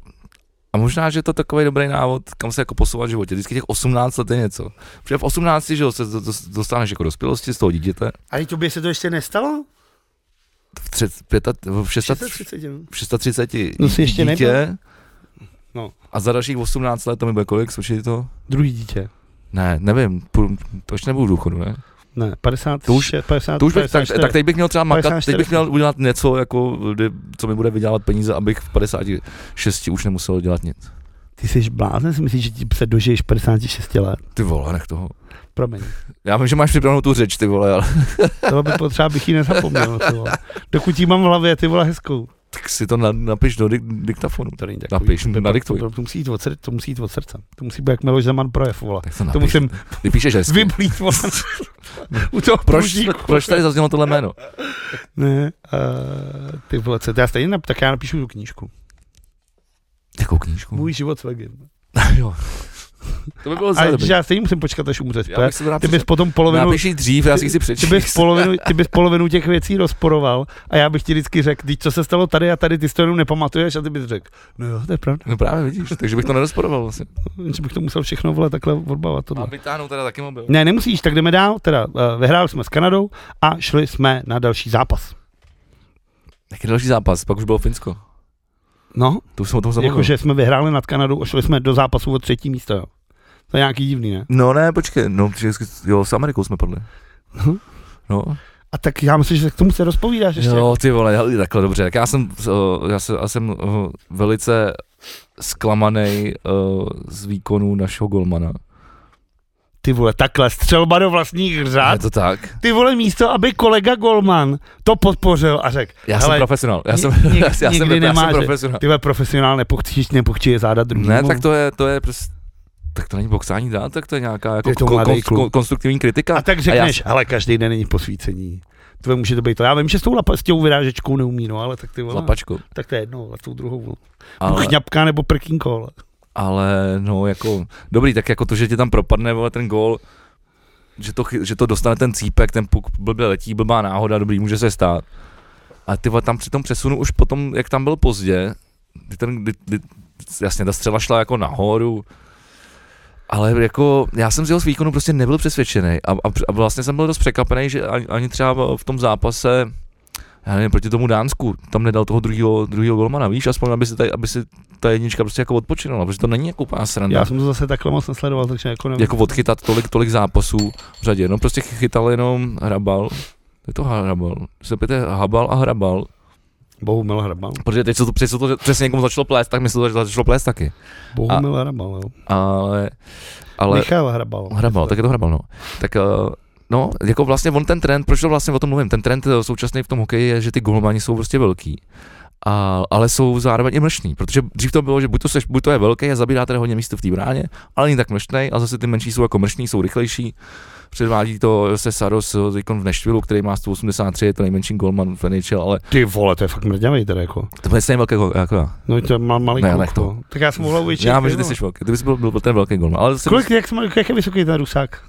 a možná, že to je takový dobrý návod, kam se jako posouvat v životě. Vždycky těch 18 let je něco. Protože v 18 že jo, se do- do- dostaneš jako dospělosti z toho dítěte. A i tobě se to ještě nestalo? V, třet, pěta, v, šesta, v 630 No, jsi ještě dítě. No. A za dalších 18 let, to mi bude kolik, slušej to? Druhý dítě. Ne, nevím, půjdu- to ještě nebudu v důchodu, ne? Ne, 50, To už- 50, To už bych, tak, 54. tak teď bych měl třeba makat, 54. teď bych měl udělat něco, jako, kdy- co mi bude vydělávat peníze, abych v 56 už nemusel dělat nic. Ty jsi blázen, si myslíš, že ti se dožiješ 56 let. Ty vole, nech toho. Promiň. Já vím, že máš připravenou tu řeč, ty vole, ale Tohle by potřeba, abych ji nezapomněl. Ty vole. Dokud ji mám v hlavě, ty vole hezkou. tak si to na, napiš do dik, diktafonu. To není takový. Napiš, nadiktuj. To, to, musí jít od srdce, to musí jít od srdce. To musí být jak Miloš Zeman projev, vole. Tak to To napiš. musím Ty píšeš hezky. vyblít, vole. U toho Proč, pružíku. proč tady zaznělo tohle jméno? Ne, uh, ty vole, co, já stejně, nap- tak já napíšu tu knížku. Mhm. Jakou knížku? Můj život s vegem. jo. To by bylo A zároveň. že já stejně musím počkat, až umřeš. Já bych se to rád Ty bys přečet. potom polovinu, Napiš ji dřív, já si ty chci přečíst. bys, polovinu, ty bys polovinu těch věcí rozporoval a já bych ti vždycky řekl, "Vždyť co se stalo tady a tady, ty si to jenom nepamatuješ a ty bys řekl, no jo, to je pravda, No právě vidíš, takže bych to nerozporoval vlastně. že bych to musel všechno vole takhle odbavovat tohle. A vytáhnou teda taky mobil. Ne, nemusíš, tak jdeme dál, teda eh, vyhráli jsme s Kanadou a šli jsme na další zápas. Jaký další zápas, pak už bylo Finsko. No, To už jsem o tom zapomněl. jakože jsme vyhráli nad Kanadou a šli jsme do zápasu o třetí místo, jo. To je nějaký divný, ne? No ne, počkej, no, protože vždycky- jo, s Amerikou jsme padli. Mhm. No, A tak já myslím, že se k tomu se rozpovídáš ještě. jo, ty vole, hele, takhle dobře, tak já jsem, eh, já jsem, já jsem eh, velice zklamaný eh, z výkonu našeho golmana. Ty vole, takhle, střelba do vlastních Je řád. to tak? Ty vole, místo, aby kolega Golman to podpořil a řekl, Já Hele, jsem profesionál, já ni- jsem, nik- já, jsem, jako já jsem nikdy nemáže. profesionál. ty vole, profesionál nepochtíš, nepochtíš je záda druhý. Ne, tak to je, to je prostě, tak to není boxání dál, tak to je nějaká jako Je to ko- mladý kon- kluk. kon- konstruktivní kritika. A tak já řekneš, ale každý den není posvícení. To může to být to. Já vím, že s tou, lapa, s tou vyrážečkou neumí, no, ale tak ty vole, Lapačku. tak to je jedno, ale tou druhou. vole. Ale, Chňapka nebo prkínko, ale. ale, no jako, dobrý, tak jako to, že ti tam propadne vole, ten gól, že to, chy- že to dostane ten cípek, ten puk blbě letí, blbá náhoda, dobrý, může se stát. A ty vole, tam při tom přesunu už potom, jak tam byl pozdě, kdy ten, kdy, kdy, jasně, ta střela šla jako nahoru, ale jako já jsem z jeho výkonu prostě nebyl přesvědčený a, a, a vlastně jsem byl dost překvapený, že ani, ani třeba v tom zápase, já nevím, proti tomu Dánsku, tam nedal toho druhého druhého golmana, víš, aspoň aby si, ta, aby si ta jednička prostě jako odpočinula, protože to není jako úplná sranda. Já jsem to zase takhle moc nesledoval, takže jako nevím. Jako odchytat tolik, tolik zápasů v řadě, no prostě chytal jenom hrabal, je to hrabal, se pěte habal a hrabal, Bohumil Hrabal. protože teď se to, přesně, to, přesně někomu začalo plést, tak mi se to začalo plést taky, Bohumil Hrabal, jo. ale, Ale... ale Michal Hrabal. Hrabal, tak je to hrabal, no. Tak eh, no, jako vlastně on ten trend, proč to vlastně o tom mluvím, ten trend eh, současný v tom hokeji je, že ty golmani jsou prostě velký. A, ale jsou zároveň i mlšný, protože dřív to bylo, že buď to, seš, buď to je velký a zabírá tady hodně místa v té bráně, ale není tak mlšnej a zase ty menší jsou jako mlšný, jsou rychlejší. Předvádí to se Saros eh, teďkon v Nešvilu, který má 183, je to nejmenší golman v NHL, ale Ty vole, to je fakt mrďavej teda jako. to je stejně velký gol, jako já. No to je mal, malý Ne, kluk, nech to. no. Tak já jsem mohl ujít. Já vím, že ty jsi velký, ty bys byl, byl, ten velký golman. Ale zase- Kolik, jak, jsme, jak je vysoký ten Rusák?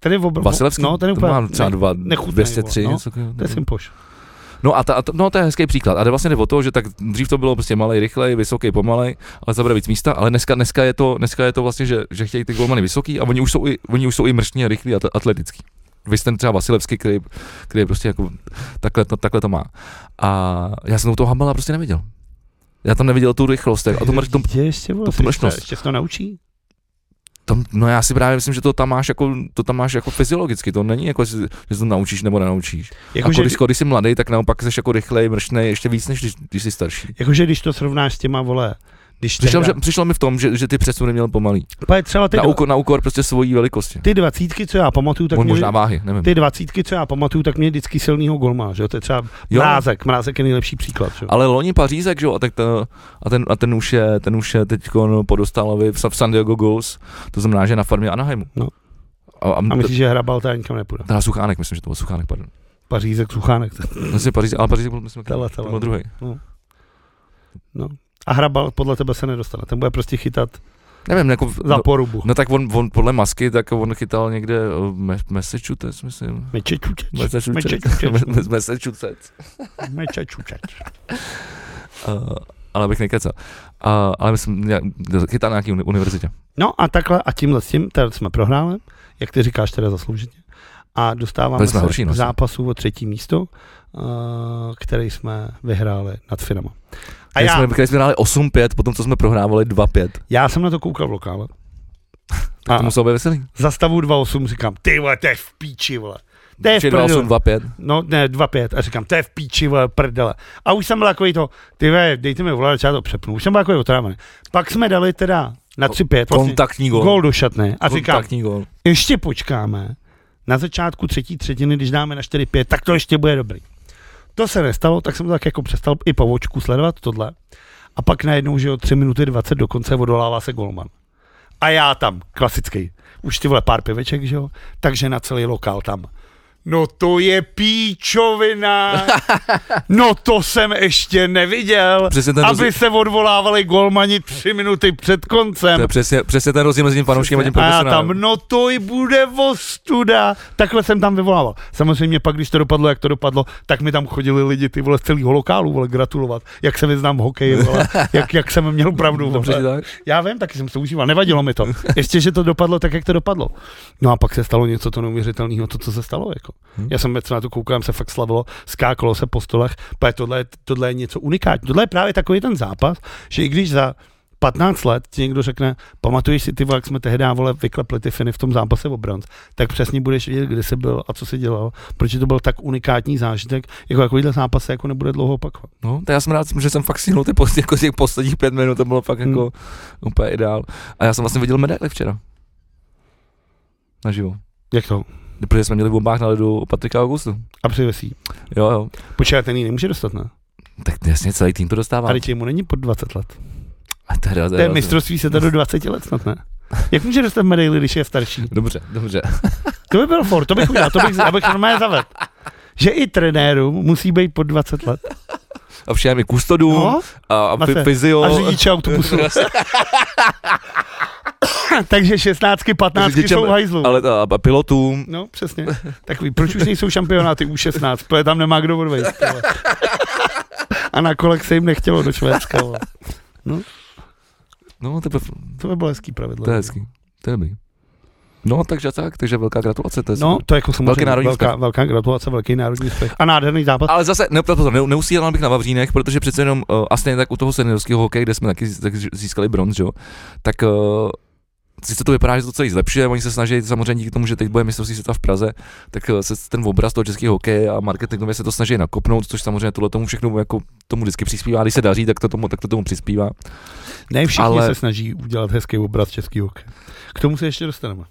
Tady je obr... Vasilevský, No, ten je ten úplně... má třeba ne, dva, nechutnej, 203, vole, no. něco takového. to je simpoš. No a, ta, a to, no, to je hezký příklad. A jde vlastně jde o to, že tak dřív to bylo prostě malej, rychlej, vysoký, pomalej, ale zabere víc místa, ale dneska, dneska, je, to, dneska je to vlastně, že, že chtějí ty golmany vysoký a oni už jsou i, oni už jsou i mrštní a rychlí a atl- atletický. Vy jste třeba Vasilevský, který, který je prostě jako takhle, to, takhle to má. A já jsem u toho Hamala prostě neviděl. Já tam neviděl tu rychlost jak- a tu, mrš, tu, Dítě ještě, vole, to si- mlšnost. Ještě se to naučí? tam, no já si právě myslím, že to tam máš jako, to tam máš jako fyziologicky, to není jako, že že to naučíš nebo nenaučíš. Jako, Jakože jako když, když, jsi mladý, tak naopak jsi jako rychlej, mršnej, ještě víc, než když, když jsi starší. jakože když to srovnáš s těma, vole, když Přišlo, že, tehda- přišlo mi v tom, že, že ty přesuny měl pomalý. Pa je třeba ty, Na dva- úkor, na úkor prostě svojí velikosti. ty dvacítky, co já pamatuju, tak On měli, možná váhy, nevím. ty dvacítky, co já pamatuju, tak mě vždycky silnýho golma, že jo, to je třeba Jo. Mrázek, Mrázek je nejlepší příklad, že jo. Ale loni Pařízek, že jo, a, tak to, a, ten, a ten, už je, ten už je teď po Dostalovi v Sa- v San Diego Goals, to znamená, že je na farmě Anaheimu. No. A, a, A myslíš, že hrabal teda nikam nepůjde. teda Suchánek, myslím, že to byl Suchánek, pardon. Pařízek, Suchánek, Myslím, Pařízek, ale Pařízek byl, myslím, ten tele, tele. byl druhý. A hrabal podle tebe se nedostane, ten bude prostě chytat Nevím, jako, za no, porubu. no, tak on, on, podle masky, tak on chytal někde eh, v Me- Massachusetts, myslím. Mečečučeč. Massachusetts. Mečečučeč. Massachusetts. Mečečučeč. Uh, ale abych nekecal. Uh, ale myslím, já- chytá na nějaký uni- univerzitě. No a takhle a tímhle s tím, teda jsme prohráli, jak ty říkáš teda zaslouženě. A dostáváme Byli jsme se horší, k no. zápasu o třetí místo, eh, který jsme vyhráli nad Finama. A Když já, jsme, když jsme hráli 8-5, potom co jsme prohrávali 2-5. já jsem na to koukal v lokále. To A muselo být veselý. za stavu 2-8 říkám, ty vole, to je v píči, vole. To je v prdelu. 2825. No ne, 2-5 a říkám, to je v píči, vole, prdele. A už jsem byl takový to, ty ve, dejte mi ovladač, já to přepnu, už jsem byl takový otrávený. Pak jsme dali teda na 3-5 vlastně, Kontaktní gol. gol do šatny a říkám, Kontaktní gol. ještě počkáme, na začátku třetí třetiny, když dáme na 4-5, tak to ještě bude dobrý. To se nestalo, tak jsem to tak jako přestal i po očku sledovat tohle. A pak najednou, že o 3 minuty 20 dokonce odolává se golman. A já tam, klasický, už ty vole pár piveček, že jo, takže na celý lokál tam. No to je píčovina. No to jsem ještě neviděl. Přesně ten aby rozdíl- se odvolávali golmani tři minuty před koncem. To je přesně, přesně ten rozdíl mezi tím fanouškem a tím A já profesionálem. tam, no to i bude ostuda. Takhle jsem tam vyvolával. Samozřejmě pak, když to dopadlo, jak to dopadlo, tak mi tam chodili lidi ty vole z celého lokálu vole, gratulovat, jak se vyznám v hokeji, vole, jak, jak jsem měl pravdu. Dobře, Vole. že tak. Já vím, taky jsem se užíval, nevadilo mi to. Ještě, že to dopadlo tak, jak to dopadlo. No a pak se stalo něco to neuvěřitelného, to, co se stalo. Jako. Hm. Já jsem vec na to koukám, se fakt slavilo, skákalo se po stolech, protože tohle, je- tohle je něco unikátní. Tohle je právě takový ten zápas, že i když za 15 let ti někdo řekne, pamatuješ si ty, vole, jak jsme tehdy vole vyklepli ty Finy v tom zápase o bronz, tak přesně budeš vědět, kde jsi byl a co jsi dělal, protože to byl tak unikátní zážitek, jako takovýhle zápas se jako nebude dlouho opakovat. No, to já jsem rád, že jsem fakt stihnul ty post, jako těch posledních pět minut, to bylo fakt jako Hmm. úplně ideál. A já jsem vlastně viděl medaily včera. Naživo. Jak to? Protože jsme měli v bombách na ledu Patrika Augustu. A přivesí. Jo, jo. Počkej, ten ji nemůže dostat, ne? Tak jasně, celý tým to dostává. A teď mu není pod 20 let. A to je, vlastně- to To je mistrovství světa do 20 let snad, ne? Jak může dostat medaili, když je starší? Dobře, dobře. To by byl for, to bych udělal, to bych, abych normálně zavedl. Že i trenérům musí být pod 20 let. A všem i kustodům, No, a, a Mase. f- fyzio, a řidiče autobusu. Takže 16, 15 Řidičem- jsou v hajzlu. ale, a, a pilotům. No, přesně. Takový, proč už nejsou šampionáty U16? Protože tam nemá kdo odvejít. vole. A na kolek se jim nechtělo do Švédska. vole. No, to, je- To by bylo hezký pravidlo. to je hezký. To je dobrý. No, takže tak, takže velká gratulace. To je No, to je jako samozřejmě národní velká, úspěch. velká gratulace, velký národní úspěch. A nádherný zápas. Ale zase, ne, pozor, ne, neusílal bych na Vavřínech, protože přece jenom, uh, a stejně tak u toho seniorského hokeje, kde jsme taky z- tak získali bronz, jo, tak uh, sice to vypadá, že to celý zlepšuje, oni se snaží samozřejmě díky tomu, že teď bude mistrovství světa v Praze, tak eh, se ten obraz toho českého hokeje a marketingově se to snaží nakopnout, což samozřejmě tohle tomu všechno jako tomu vždycky přispívá, když se daří, tak to tomu, tak to tomu přispívá. Ne všichni ale- ale... se snaží udělat hezký obraz český hokeje. K tomu se ještě dostaneme.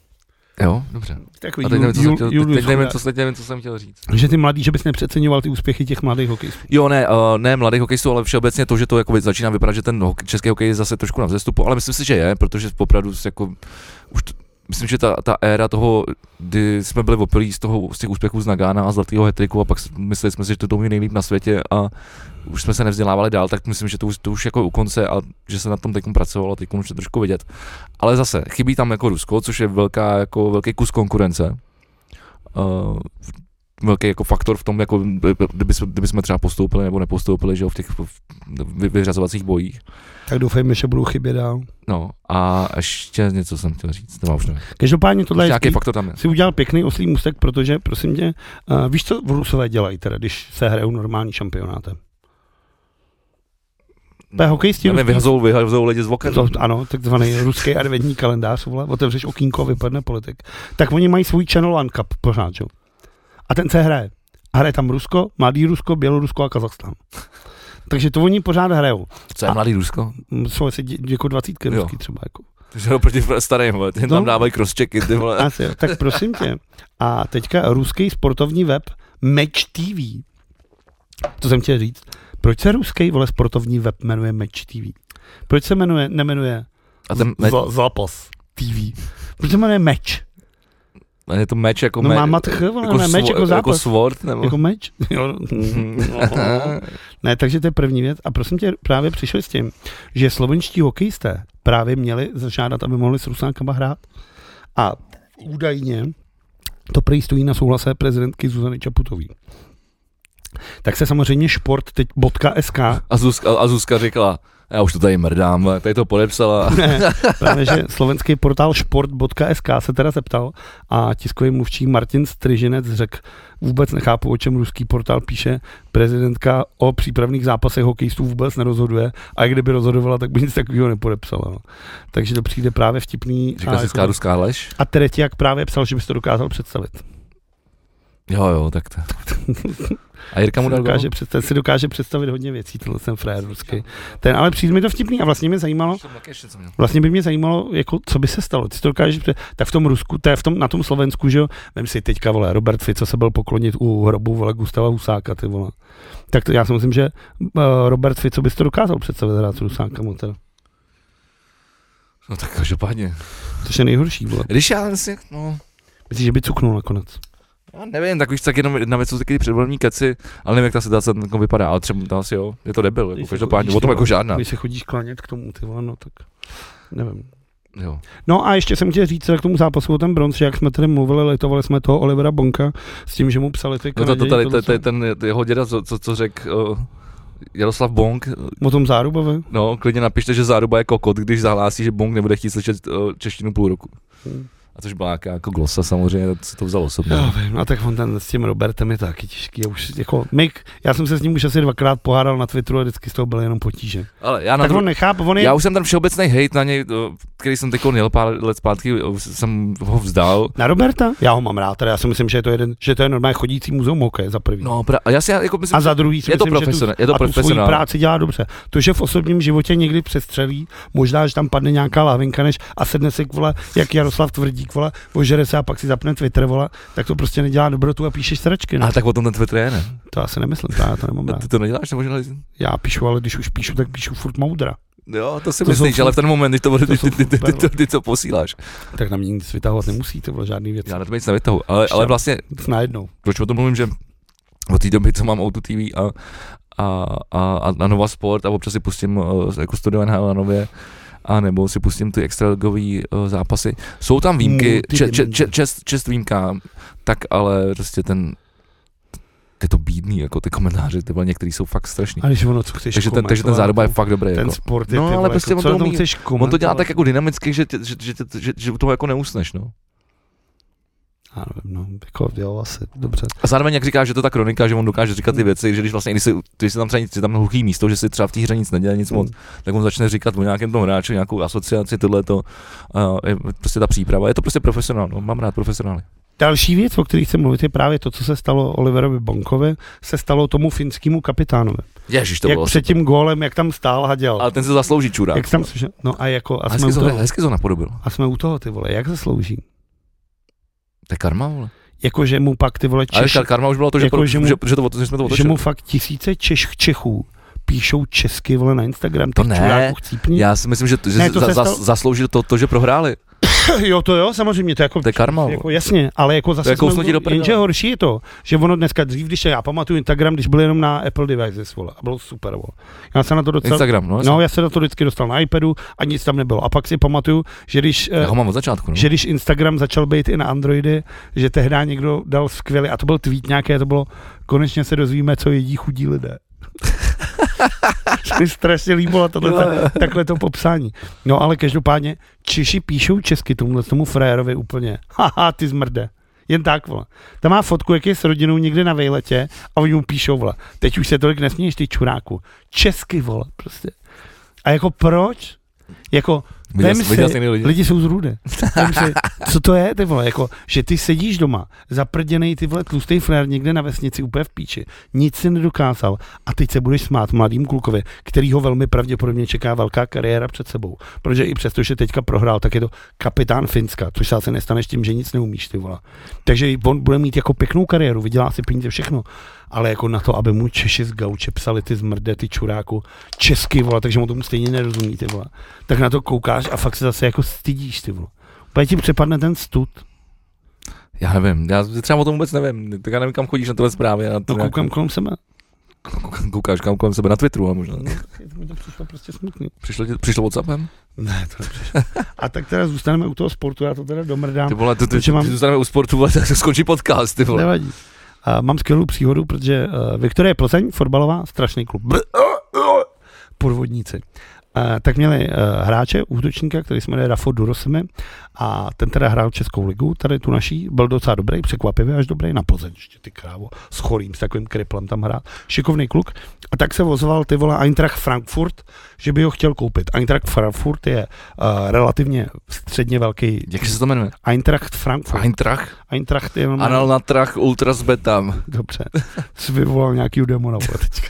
Jo, dobře. Takový A teď nevím, co, jsem Jul- chtěl, Jul- teď nevím, Julius co, teď nevím, co jsem chtěl říct. Že ty mladý, že bys nepřeceňoval ty úspěchy těch mladých hokejistů. Jo, ne, uh, ne mladých hokejistů, ale všeobecně to, že to jako začíná vypadat, že ten hokej, český hokej je zase trošku na vzestupu, ale myslím si, že je, protože opravdu se jako už t- myslím, že ta, ta éra toho, kdy jsme byli opilí z, toho, z těch úspěchů z Nagána a zlatého hetriku a pak s- mysleli jsme si, že to to umí nejlíp na světě a už jsme se nevzdělávali dál, tak myslím, že to už, to už jako je u konce a že se na tom teď pracovalo a teď už je trošku vidět. Ale zase, chybí tam jako Rusko, což je velká, jako velký kus konkurence. Uh, velký jako faktor v tom, jako kdyby, jsme- kdyby jsme třeba postoupili nebo nepostoupili, že jo, v těch v- vy- vyřazovacích bojích. Tak doufejme, že budou chybět dál. No a ještě něco jsem chtěl říct, to má už nevím. Každopádně tohle je Nějaký hezký. faktor tam je. si udělal pěkný oslý můstek, protože, prosím tě, uh, víš, co v Rusové dělají teda, když se hrajou normální šampionátem? To je hokejisti Nevím, ruský. vyhazou, vyhazou lidi z oken. To, ano, takzvaný ruský adventní kalendář, vole, otevřeš okýnko a vypadne politik. Tak oni mají svůj Channel One Cup pořád, jo. A ten se hraje. A hraje tam Rusko, Mladý Rusko, Bělorusko a Kazachstán. Takže to oni pořád hrajou. Co je A- mladý Rusko? Mm, Jsou asi dě- jako dvacítky Jo. ruský třeba. Jako. Že jo, proti starým, vole, ty tam No. dávají crosschecky, ty vole. Asi, jo. tak prosím tě. A teďka ruský sportovní web Match TV. To jsem chtěl říct. Proč se ruský vole sportovní web jmenuje Match TV? Proč se jmenuje, nemenuje A ten meč, za, zápas TV? Proč se jmenuje Match? a je to meč jako No me- má mat ch, vole, jako, ne, meč jako svo- jako Mhm. zápas. sword, nebo... Jako meč? Jo. ne, takže to je první věc. A prosím tě, právě přišli s tím, že slovenští hokejisté právě měli zažádat, aby mohli s Rusánkama hrát. A údajně to prý stojí na souhlase prezidentky Zuzany Čaputový. Tak se samozřejmě šport teď .sk A, Zuzka, a Zuzka říkala, já už to tady mrdám, vole, tady to podepsala. Ne, Právě, že slovenský portál sport.sk se teda zeptal a tiskový mluvčí Martin Stryžinec řekl, vůbec nechápu, o čem ruský portál píše, prezidentka o přípravných zápasech hokejistů vůbec nerozhoduje a i kdyby rozhodovala, tak by nic takového nepodepsala. No. Takže to přijde právě vtipný. Říká a, jako- si ruská lež. a Teretiak právě psal, že bys to dokázal představit. Jo, jo, tak to. A Jirka mu si dal gol? dokáže, představit, si dokáže představit hodně věcí, tenhle ten frajer ruský. Ten, ale přijde mi to vtipný a vlastně mě zajímalo, vlastně by mě zajímalo, jako, co by se stalo. Ty si to dokážeš, před- tak v tom Rusku, to je v tom, na tom Slovensku, že jo, vem si teďka, vole, Robert Fico se byl poklonit u hrobu, vole, Gustava Husáka, ty vole. Tak to, já si myslím, že uh, Robert Fico by si to dokázal představit hrát s Husákem, teda. No tak každopádně. Což je nejhorší, vole. Když já vlastně, no, Myslím, že by cuknul nakonec. já nevím, tak už tak jenom jedna věc jsou taky ty předvolební keci, ale nevím, jak ta situace jako vypadá, ale třeba to asi jo, je to debil, Když jako se každopádně, chodíš o tom do- jako žádná. Když se chodíš klanět k tomu, ty vole, no tak nevím. Jo. No a ještě jsem chtěl říct teda k tomu zápasu o ten bronz, že jak jsme tady mluvili, litovali jsme toho Olivera Bonka s tím, že mu psali ty No to, to Kanaději, tady, tohle to, to, je co- ten jeho děda, co, co, co řekl uh, Jaroslav Bong, O tom Zárubovi. no klidně napište, že záruba je kokot, když zahlásí, že Bong nebude chtít slyšet uh, češtinu půl roku. Hm. A což byla nějaká jako glosa samozřejmě, co to vzalo osobně. Já vím, a tak on ten s tím Robertem je taky těžký. Já už, jako, Mick, já jsem se s ním už asi dvakrát pohádal na Twitteru a vždycky z toho byly jenom potíže. Ale já, na tak dru- on nechápe, on je... já už jsem ten všeobecný hate na něj, eh, který jsem teď jel pár let zpátky, eh, jsem ho vzdal. Na Roberta? Já ho mám rád, teda já si myslím, že je to, jeden, že to je normálně chodící muzeum hokeje za prvý. No, pra- a já si já jako myslím, A za druhý si je to myslím, že profesionál. Je tu, to a tu svoji profesionál. práci dělá dobře. To, že v osobním životě někdy přestřelí, možná, že tam padne nějaká lavinka, než a sedne si k vole, jak Jaroslav Tvrdík, vole, ožere se a pak si zapne Twitter, vole, tak to prostě nedělá dobrotu a píšeš sračky. No. A tak No, o tom ten Twitter je, ne? To já si nemyslím, to já to nemám rád. Ty to neděláš, nebo možná... Já píšu, ale když už píšu, tak píšu furt moudra. Jo, to si To myslíš, jsou- ale v ten moment, když to bude, to ty, jsou ty, ty, ty, super, no. ty, ty, ty, co posíláš. Tak na mě nic vytahovat nemusíte, vole, žádný věc. Já na to nic nevytahu, ale, ale Šel. vlastně, Najednou. proč o tom mluvím, že od té doby, co mám Outu TV a, a, a, a, a Nova Sport a občas si pustím eh, jako studio NHL na Nově, a nebo si pustím ty extraligový uh, zápasy. Jsou tam výjimky, če, če, če, čest, čest výjimkám, tak ale prostě ten, je to bídný, jako ty komentáře, ty vole, některý jsou fakt strašný. A když ono, co chceš Takže ten, komentovat, takže ten záruba je ten- fakt dobrý. ten Jako. sport je, No, ty ale vole, prostě jako, on co to na tom umí. chceš On to dělá komentovat? tak jako dynamicky, že, tě- že, že, že, že, že u toho jako neusneš, no. Já nevím, no, jako, jo, asi, dobře. A zároveň, jak říká, že to je ta kronika, že on dokáže říkat ty věci, že když vlastně, když si, když si tam třeba nic, je tam hluchý místo, že si třeba v té hře nic neděje, nic moc, tak on začne říkat o nějakém tom hráči, nějakou asociaci, tohle to, je prostě ta příprava. Je to prostě profesionál, no, mám rád profesionály. Další věc, o které chci mluvit, je právě to, co se stalo Oliverovi Bonkovi, se stalo tomu finskému kapitánovi. Ježíš, to To jak bylo. před tím gólem, jak tam stál a dělal. Ale ten si to zaslouží čurák. jak tam, slyšel- no a jako, a, a jsme hezky, u to, toho, hezky to napodobil. a jsme u toho, ty vole, jak zaslouží? To je karma, vole. Jakože mu pak, ty vole, Ale Češi, ta karma už bylo to, že, jako, pro, že že, mu- že, že, to, že jsme to že otočili. mu fakt tisíce Češ, Čechů píšou česky, vole, na Instagram, To ty ne. čuráku chcípni. Já si myslím, že, že Ne, to za, se za, stalo- zasloužil to, to, že prohráli. jo, to jo, samozřejmě, to je jako To je karma. vole. Jako, jasně, ale jako To zase je jsme kousnutí u- do prdele. jenže horší je to, že ono dneska dřív, když se já pamatuju Instagram, když byl jenom na Apple devices, vole, a bylo super, vole. Já jsem na to docela, Instagram, no. No, já se na to vždycky dostal na iPadu a nic tam nebylo. A pak si pamatuju, že když, eh, já ho mám od začátku, no. že když Instagram začal být i na Androidy, že tehdy někdo dal skvělý, a to byl tweet nějaké, to bylo, konečně se dozvíme, co jedí chudí lidé. Se mi strašně líbilo Jo, tohle, jo. takhle to popsání. No ale každopádně Češi píšou česky tomhle tomu frajerovi úplně. Haha, ty zmrde. Jen tak, vole. Tam má fotku, jak je s rodinou někde na vejletě a oni mu píšou, vole. Teď už se tolik nesmíš, ty čuráku. Česky, vole, prostě. A jako proč? Jako, Viděl vem jsi- viděl si- jsi někdy lidi? Lidi jsou z rudy. Vem si, co to je, ty vole, jako, že ty sedíš doma, zaprděnej ty vole tlustý frér někde na vesnici úplně v píči, nic si nedokázal a teď se budeš smát mladým klukovi, který ho velmi pravděpodobně čeká velká kariéra před sebou, protože i přesto, že teďka prohrál, tak je to kapitán Finska, což se asi nestaneš tím, že nic neumíš, ty vole. Takže on bude mít jako pěknou kariéru, vydělá si peníze, všechno, ale jako na to, aby mu Češi z gauče psali ty zmrde, ty čuráku, česky, vole, takže mu tomu stejně nerozumí, ty vole. Tak na to koukáš a fakt se zase jako stydíš, ty vole. Úplně ti přepadne ten stud. Já nevím, já třeba o tom vůbec nevím, tak já nevím, kam chodíš na tohle zprávy. Na No nějakou- koukám kolem sebe. koukám, koukáš kam kolem sebe na Twitteru a možná. No, je to mi to přišlo prostě smutný. Přišlo, ti- přišlo WhatsAppem? Ne, to nepřišlo. A tak teda zůstaneme u toho sportu, já to teda domrdám. Ty vole, ty, ty, protože ty, mám- ty zůstaneme u sportu, ale tak skončí podcast, ty vole. Nevadí. A mám skvělou příhodu, eh, protože uh, Viktorie Plzeň, fotbalová, strašný klub. Brr, uh, uh, Podvodníci. Eh, tak měli eh, hráče, útočníka, který se jmenuje Rafo Durosime a ten teda hrál Českou ligu, tady tu naší, byl docela dobrý, překvapivě až dobrý na Plzeň, ještě ty krávo, s chorým, s takovým kriplem tam hrát, šikovný kluk. A tak se ozval ty vole Eintracht Frankfurt, že by ho chtěl koupit. Eintracht Frankfurt je eh, relativně středně velký Jak se to jmenuje? Eintracht Frankfurt. Eintrach? Eintracht je jenom... Anal na trach ultra s betam. Dobře, jsi vyvolal nějaký demona. vole, teďka.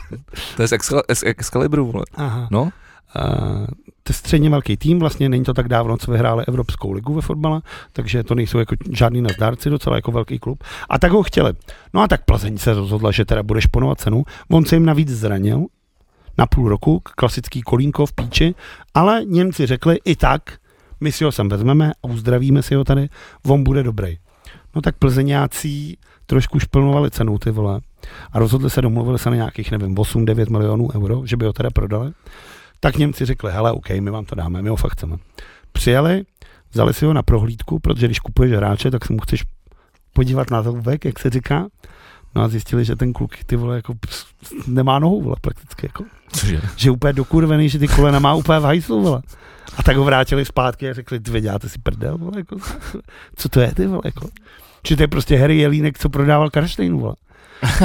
To je z Excal- z Excalibru, vole. Aha. No, Uh, to je středně velký tým, vlastně není to tak dávno, co vyhráli Evropskou ligu ve fotbale, takže to nejsou jako žádný nazdárci, docela jako velký klub. A tak ho chtěli. No a tak Plzeň se rozhodla, že teda bude šponovat cenu. On se jim navíc zranil na půl roku, klasický kolínko v píči, ale Němci řekli i tak, my si ho sem vezmeme a uzdravíme si ho tady, on bude dobrý. No tak plzeňáci trošku šplnovali cenu ty vole a rozhodli se, domluvili se na nějakých, nevím, 8-9 milionů euro, že by ho teda prodali. Tak Němci řekli, hele, OK, my vám to dáme, my ho fakt chceme. Přijeli, vzali si ho na prohlídku, protože když kupuješ hráče, tak se mu chceš podívat na zoubek, jak se říká. No a zjistili, že ten kluk ty vole jako ps- nemá nohu, vole, prakticky jako cože? že je úplně dokurvený, že ty kolena má úplně v hajzlu, vole. A tak ho vrátili zpátky a řekli, ty vole, děláte si prdel, vole, jako, co to je, ty vole, jako. Či to je prostě Harry Jelínek, co prodával Karštejnu, vole.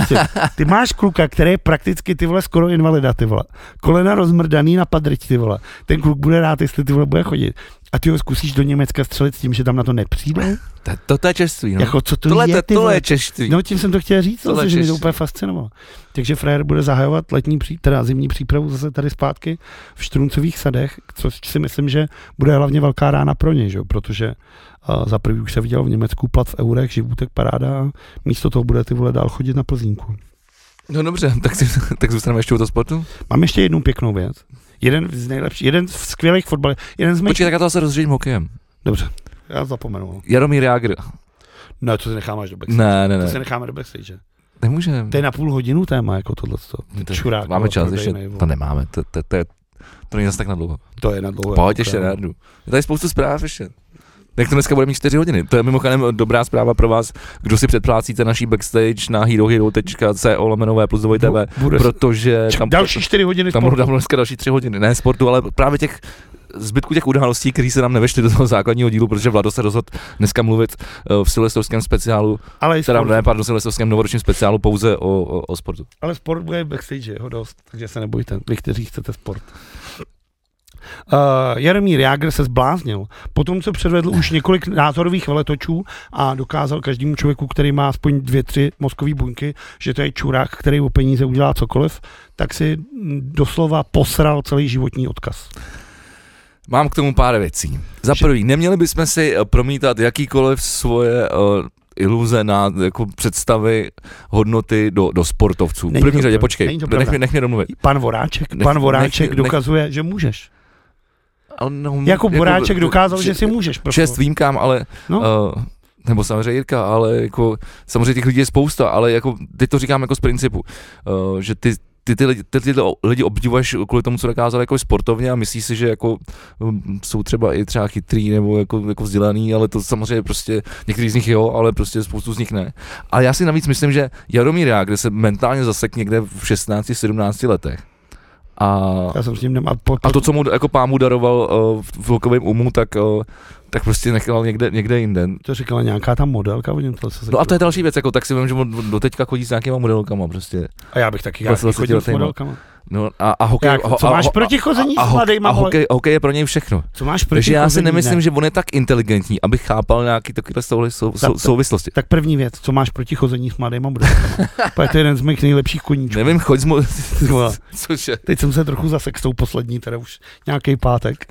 Ty, ty, máš kluka, který je prakticky ty vole skoro invalida, ty vole. Kolena rozmrdaný na padrť, ty vole. Ten kluk bude rád, jestli ty vole bude chodit. A ty ho zkusíš do Německa střelit s tím, že tam na to nepřijde? To, to, to je češství, no. Jako co to tohle, je, to, ty tohle vole? je češství. No tím jsem to chtěl říct, Tohle zase, že mě to čistě. úplně fascinovalo. Takže frajer bude zahajovat letní, pří, teda zimní přípravu zase tady zpátky v Štruncových sadech, což si myslím, že bude hlavně velká rána pro něj, že? jo, protože uh, za prvý už se viděl v Německu plat v eurech, živůtek paráda a místo toho bude ty vole dál chodit na Plzínku. No dobře, tak, si, tak zůstaneme ještě u toho sportu. Mám ještě jednu pěknou věc. Jeden z nejlepších, jeden z skvělých fotbalů, jeden z mých... Počkej, tak já to zase rozřídím hokejem. Dobře, já zapomenu. no. Jaromír Jágr. No, to si necháme až do backstage. Ne, ne, To si ne. necháme do backstage. Nemůžeme. To je na půl hodinu téma, jako tohle. My to- Čurák, Máme vole, čas, ještě prodejnej, vole. to nemáme. To, to, to, je- to není zase tak na dlouho. To je na dlouho. Pojď jako, ještě to na je- jednu. Je tady spoustu zpráv ještě. Jak to dneska bude mít 4 hodiny. To je mimochodem dobrá zpráva pro vás, kdo si předplácíte naší backstage na herohero.co lomenové plus dvoj TV, Bude se- protože No, Čau, tam, další 4 hodiny tam budou sportu. tam budou dneska další 3 hodiny. Ne sportu, ale právě těch zbytku těch událostí, které se nám nevešly do toho základního dílu, protože Vlado se rozhodl dneska mluvit eh, v silvestrovském speciálu, Ale, i teda sport, ne, pardon, silvestrovském novoročním speciálu pouze o, o, o sportu. ale sport bude backstage, jeho dost, takže se nebojte, vy, kteří chcete sport. Uh, Jaromír Jágr se zbláznil. Po tom, co předvedl už několik názorových veletočů a dokázal každému člověku, který má aspoň dvě, tři mozkové buňky, že to je čurák, který o peníze udělá cokoliv, tak si mm, doslova posral celý životní odkaz. Mám k tomu pár věcí. Za Že- prvý, neměli bychom si eh, promítat jakýkoliv svoje uh, iluze na jako představy, hodnoty do, do sportovců. Není V první to řadě, pravda. počkej, Není to nech, pravda. mě- nech mě domluvit. Pan Voráček, Nech- pan Voráček nech- nech- dokazuje, že můžeš. Ale no, Jakub Voráček jako- dokázal, č- že si můžeš. Prostě. Čest výjimkám, ale No, no. uh, nebo samozřejmě Jirka, ale jako samozřejmě těch lidí je spousta, ale jako teď to říkám jako z principu, uh, že ty ty, ty, lidi, ty, ty lidi obdivuješ kvůli tomu, co dokázali jako sportovně a myslíš si, že jako um, jsou třeba i třeba chytrý nebo jako, jako vzdělaný, ale to samozřejmě prostě některý z nich jo, ale prostě spoustu z nich ne. A já si navíc myslím, že Jaromír Jágr, kde se mentálně zasek někde v 16-17 letech a já jsem s ním nemá. Po, po, a to, co mu jako pámu daroval uh, v hokejovém umu, tak, uh, tak prostě nechal někde, někde jinde. to říkala nějaká ta modelka, o něm to se No a to je další věc, jako tak si vím, že on doteďka chodí s nějakýma modelkama prostě. A já bych taky Já já jsem zase chodil s dělal modelkama. No a, a hokej... Jak, ho- co a, máš ho- proti chození a, a, s mladejma, a, vole? hokej, hokej je pro něj všechno. Co máš proti Takže já si chození? nemyslím, ne. že on je tak inteligentní, abych chápal nějaký takovýhle sou, sou, Tak- sou, souvislosti. Tak první věc, co máš proti chození s mladýma modelkama? to je to jeden z mých nejlepších koníčků. Nevím, choď z mo... vole. Cože? Teď jsem se trochu zasek s tou poslední, teda už nějaký pátek.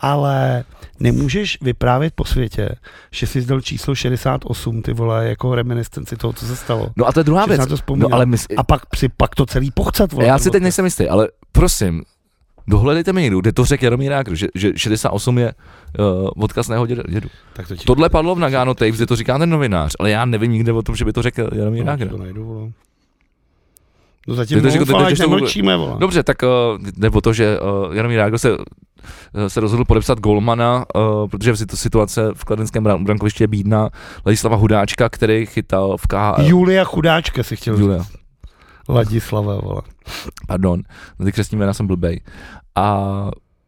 Ale nemůžeš vyprávět po světě, že jsi zdal číslo 68, ty vole, jako reminiscenci toho, co se stalo. No a to je druhá Že věc. se na to vzpomínal. No ale mys... A pak, při, pak to celý pochcat, vole. Já ty si teď vole. nejsem jistý, ale prosím, dohledejte mi někdo, kde to řekl Jaromír Jágr, že, že 68 je uh, odkaz na jeho dědu. dědu. Tak to ti... Tohle padlo v Nagano Tapes, kde to říká ten novinář, ale já nevím nikde o tom, že by to řekl Jaromír no, Jágr. to najdu, vole. No Ty zatím to mluv, řekl- ty to ale ať řekl- nemlčíme, vole. Dobře, tak uh, jde o to, že uh, Jaromír Jágr se, uh, se rozhodl podepsat Golmana, uh, protože si- situace v kladenském bran- brankovišti je bídná. Ladislava Hudáčka, který chytal v KHL. Julia Chudáčka si chtěl Julia. Ladislava, vole. pardon, na ty křesní jména jsem blbej. A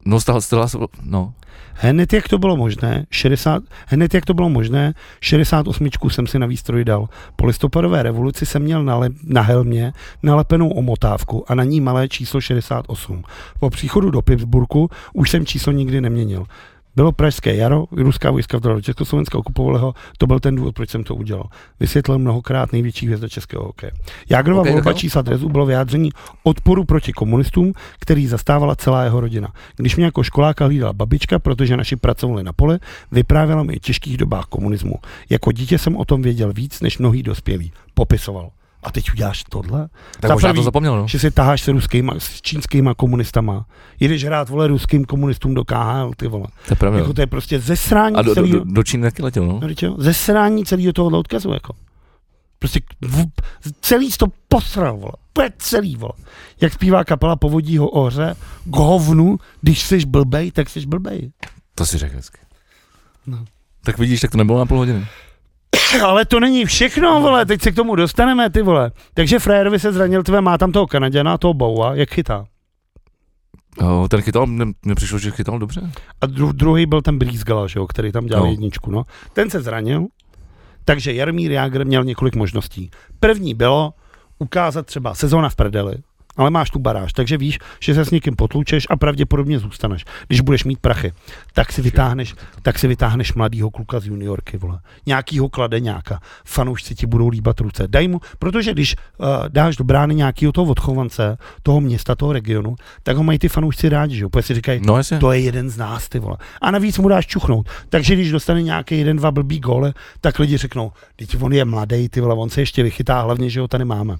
No, stala, stala, no. Hned jak to bylo možné, 60, hned jak to bylo možné, 68 jsem si na výstroj dal. Po listopadové revoluci jsem měl na, le, na helmě nalepenou omotávku a na ní malé číslo 68. Po příchodu do Pittsburghu už jsem číslo nikdy neměnil. Bylo pražské jaro, ruská vojska vdala do Československa, okupovali ho, to byl ten důvod, proč jsem to udělal. Vysvětlil mnohokrát největší hvězda českého hokeje. Jágrova Hokej, okay, volba tak jo. čísla drezu bylo vyjádření odporu proti komunistům, který zastávala celá jeho rodina. Když mě jako školáka hlídala babička, protože naši pracovali na pole, vyprávěla mi o těžkých dobách komunismu. Jako dítě jsem o tom věděl víc, než mnohý dospělí. Popisoval. A teď uděláš tohle? Tak Za možná prvý- to zapomněl, no. že si taháš s ruskýma, s čínskýma komunistama. Jedeš hrát, vole, ruským komunistům do KHL, ty vole. To je pravda. Jako to je prostě zesrání A do, do, celého... do, do Číny taky letěl, no. No, vždyť jo, zesrání celého tohohle odkazu, jako. Prostě v, celý jsi to posral, vole. Úplně celý, vole. Jak zpívá kapela povodí ho oře, k hovnu, když jsi blbej, tak jsi blbej. To si řekl hezky. No. Tak vidíš, tak to nebylo na půl hodiny. Ale to není všechno, vole, teď se k tomu dostaneme, ty vole. Takže Frajerovi se zranil, tvé má tam toho Kanaděna, toho Boua, jak chytá. O, Eh, ten chytal, mně mně přišlo, že chytal dobře. A dru- druhý byl ten Brýzgala, že jo, který tam dělal No. no. jedničku. No. Ten se zranil, takže Jarmír Jágr měl několik možností. První bylo ukázat třeba sezóna v prdeli, ale máš tu baráž, takže víš, že se s někým potlučeš a pravděpodobně zůstaneš. Když budeš mít prachy, tak si vytáhneš, tak si vytáhneš mladýho kluka z juniorky, vole. Nějakýho kladeňáka. Fanoušci ti budou líbat ruce. Daj mu, protože když uh, dáš do brány nějakýho toho odchovance, toho města, toho regionu, tak ho mají ty fanoušci rádi, že jo? Protože si říkají, No jasně. to je jeden z nás, ty vole. A navíc mu dáš čuchnout. Takže když dostane nějaký jeden, dva blbý gole, tak lidi řeknou, teď on je mladý, ty vole, on se ještě vychytá, hlavně, že ho tady máme.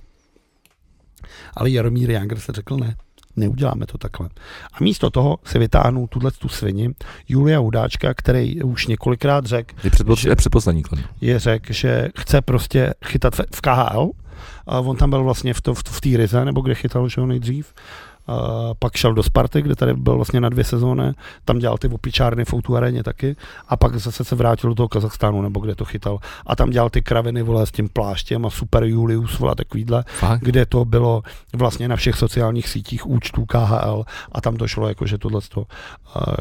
Ale Jaromír Jangr se řekl ne, neuděláme to takhle. A místo toho se vytáhnou tuhle tu svini Julia Udáčka, který už několikrát řekl, Je, předpo, je předposlední klad. je řekl, že chce prostě chytat v- v KHL. A on tam byl vlastně v, to, v, v té Rize, nebo kde chytal, že jo, nejdřív. A pak šel do Sparty, kde tady byl vlastně na dvě sezóny, tam dělal ty opičárny v Outu aréně taky a pak zase se vrátil do toho Kazachstánu, nebo kde to chytal a tam dělal ty kraviny, vole, s tím pláštěm a Super Julius, vole, takovýhle, Fakt? kde to bylo vlastně na všech sociálních sítích účtů KHL a tam to šlo jako, že tohle to.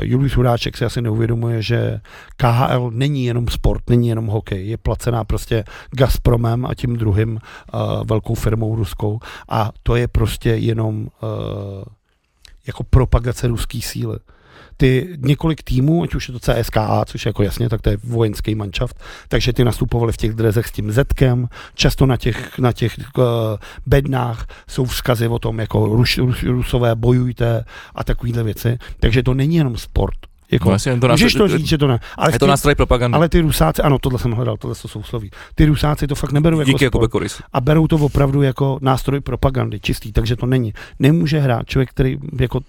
Julius Hudáček si asi neuvědomuje, že KHL není jenom sport, není jenom hokej, je placená prostě Gazpromem a tím druhým uh, velkou firmou ruskou a to je prostě jenom uh, jako propagace ruské síly. Ty několik týmů, ať už je to CSKA, což je jako jasně, tak to je vojenský manšaft, takže ty nastupovali v těch drezech s tím Zetkem, často na těch, na těch uh, bednách jsou vzkazy o tom, jako Rus, Rus, Rusové bojujte a takovéhle věci. Takže to není jenom sport. Jako, No jasně, je to můžeš to nástroj- říct, že to ne. Ale, Je to ty- nástroj propagandy. ale ty rusáci, ano, tohle jsem hledal, tohle jsou sousloví. Ty rusáci to fakt neberou jako Díky sport Jakube Korys. a berou to opravdu jako nástroj propagandy čistý, takže to není. Nemůže hrát člověk, který jako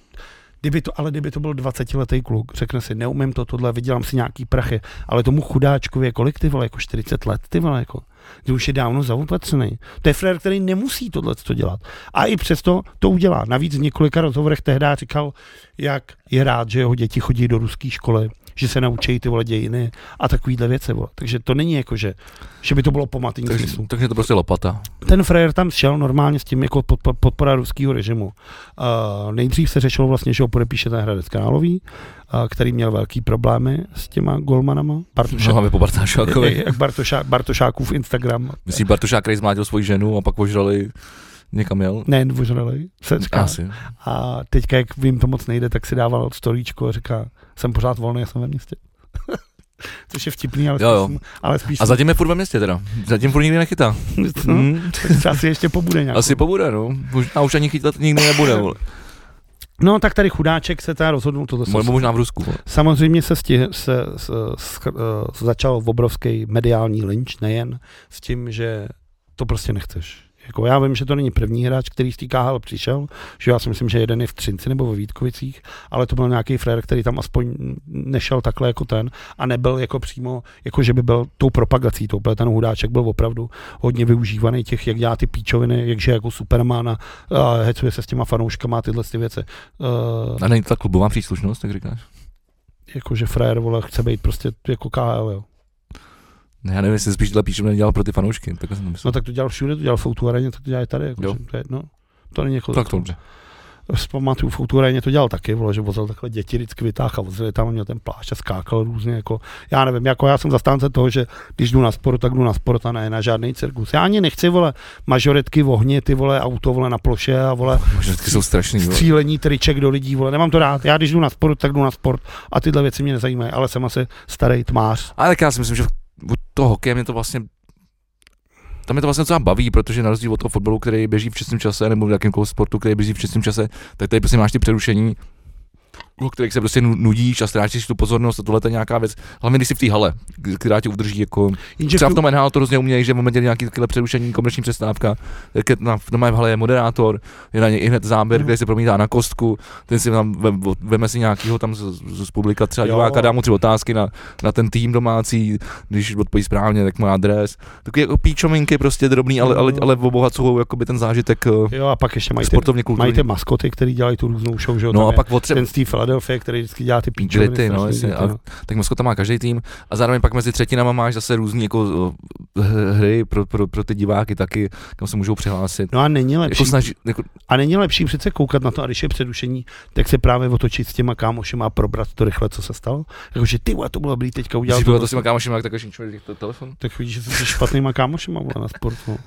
Kdyby to, ale kdyby to byl 20-letý kluk, řekne si, neumím to, tohle, vydělám si nějaký prachy, ale tomu chudáčkovi je kolik ty vole, jako 40 let, ty vole, jako, kdy už je dávno zaopatřený. To je frér, který nemusí tohle to dělat. A i přesto to udělá. Navíc v několika rozhovorech tehdy říkal, jak je rád, že jeho děti chodí do ruské školy, že se naučí ty vole dějiny a takovýhle věci. Vole. Takže to není jako, že, že by to bylo po matým Takže, smyslu takže to prostě lopata. ten frajer tam šel normálně s tím jako podpo- podpora ruského režimu. Uh, nejdřív se řešilo vlastně, že ho podepíše ten Hradec Králový, uh, který měl velký problémy s těma golmanama. Bartuša, No, aby po Bartášákovi. Bartoša, Bartošákův Instagram. Myslím, Bartošák, který zmlátil svoji ženu a pak ožrali někam jel. Ne, dvořelej, se říká. Asi. A teďka, jak vím, to moc nejde, tak si dával storíčko a říká, jsem pořád volný, já jsem ve městě. Což je vtipný, ale spíš, Jo, jo. jsem- Ale spíš A zatím je furt ve městě teda. Zatím furt nikdy nechytá. no, Hmm. tak asi ještě pobude nějak. Asi pobude, no. Možná už ani chytat nikdy nebude. vole. No tak tady chudáček se teda rozhodnul tohle. jsem Nebo možná v Rusku. vole. Samozřejmě se, stih, se, se, se začal obrovský mediální lynč, nejen s tím, že to prostě nechceš. Jako já vím, že to není první hráč, který z té KHL přišel, že já si myslím, že jeden je v Třinci nebo ve Vítkovicích, ale to byl nějaký frér, který tam aspoň nešel takhle jako ten a nebyl jako přímo, jako že by byl tou propagací, tou, protože ten hudáček byl opravdu hodně využívaný těch, jak dělá ty píčoviny, jakže jako Superman a, a hecuje se s těma fanouškama a tyhle ty věci. Eh, A není to ta klubová příslušnost, tak říkáš? jako že frajer, vole, chce být prostě jako KL, jo. Ne, já nevím, jestli spíš tohle píšu nedělal pro ty fanoušky, takhle jsem to myslel. No tak to dělal všude, to dělal v Foutu areně, tak to dělá i tady, jako, Jo. že to je, no. To není jako tak to dobře. vzpamatuju, v Outuréně to dělal taky, vole, že vozil takhle děti vždycky vytáhl a vozil je tam a měl ten plášť a skákal různě, jako, já nevím, jako já jsem zastánce toho, že když jdu na sport, tak jdu na sport a ne na žádný cirkus. Já ani nechci, vole, majoretky v ohni, ty vole, auto, vole, na ploše a vole, Mažoretky jsou strašný. vole. střílení triček do lidí, vole, nemám to rád. Já když jdu na sport, tak jdu na sport a tyhle věci mě nezajímají, ale jsem asi starý tmář. Ale tak já si myslím, že od toho hokeje mě to vlastně tam mě to vlastně docela baví, protože na rozdíl od toho fotbalu, který běží v čistém čase, nebo v jakýmkoliv sportu, který běží v čistém čase, tak tady prostě máš ty přerušení, u kterých se prostě nu- nudíš a ztrácíš tu pozornost a tohle to je nějaká věc. Hlavně když jsi v té hale, k- která tě udrží jako... Jenže Třeba tu- v tom NHL to hrozně umějí, že v momentě nějaký takové přerušení, komerční přestávka, tak je na, na v hale je moderátor, je na něj i hned záběr, Mhm. který se promítá na kostku, ten si tam vem- veme si nějakýho tam z, z, z publika třeba Jo. diváka, dá mu tři otázky na, na ten tým domácí, když odpoví správně, tak má adres. Taky jako píčominky prostě drobný, ale, ale, Jo. ale obohacují jakoby ten zážitek eh, Mhm. Jo, a pak ještě mají ty, sportovně mají kulturní. ty maskoty, který dělají tu různou show, že jo? tam No a je pak otře- ten z té Philadelphia, který vždycky dělá ty píčoviny. Grity, no, strašný jasně, grity, a- tak maskota má každý tým a zároveň pak mezi třetinama máš zase různý jako eh, h- hry pro, pro, pro ty diváky taky, kam se můžou přihlásit. No a není lepší, Jako snaží, jako, a není lepší přece koukat na to, a když je předušení, tak se právě otočit s těma kámošema a probrat to rychle, co se stalo. Jakože ty, vole, to bylo dobrý, teďka udělal. když bylo to prostě- s těma kámošima, jak takový člověk to telefon? tak vidíš, že jsi se špatnýma kámošema vole, na no. sportu.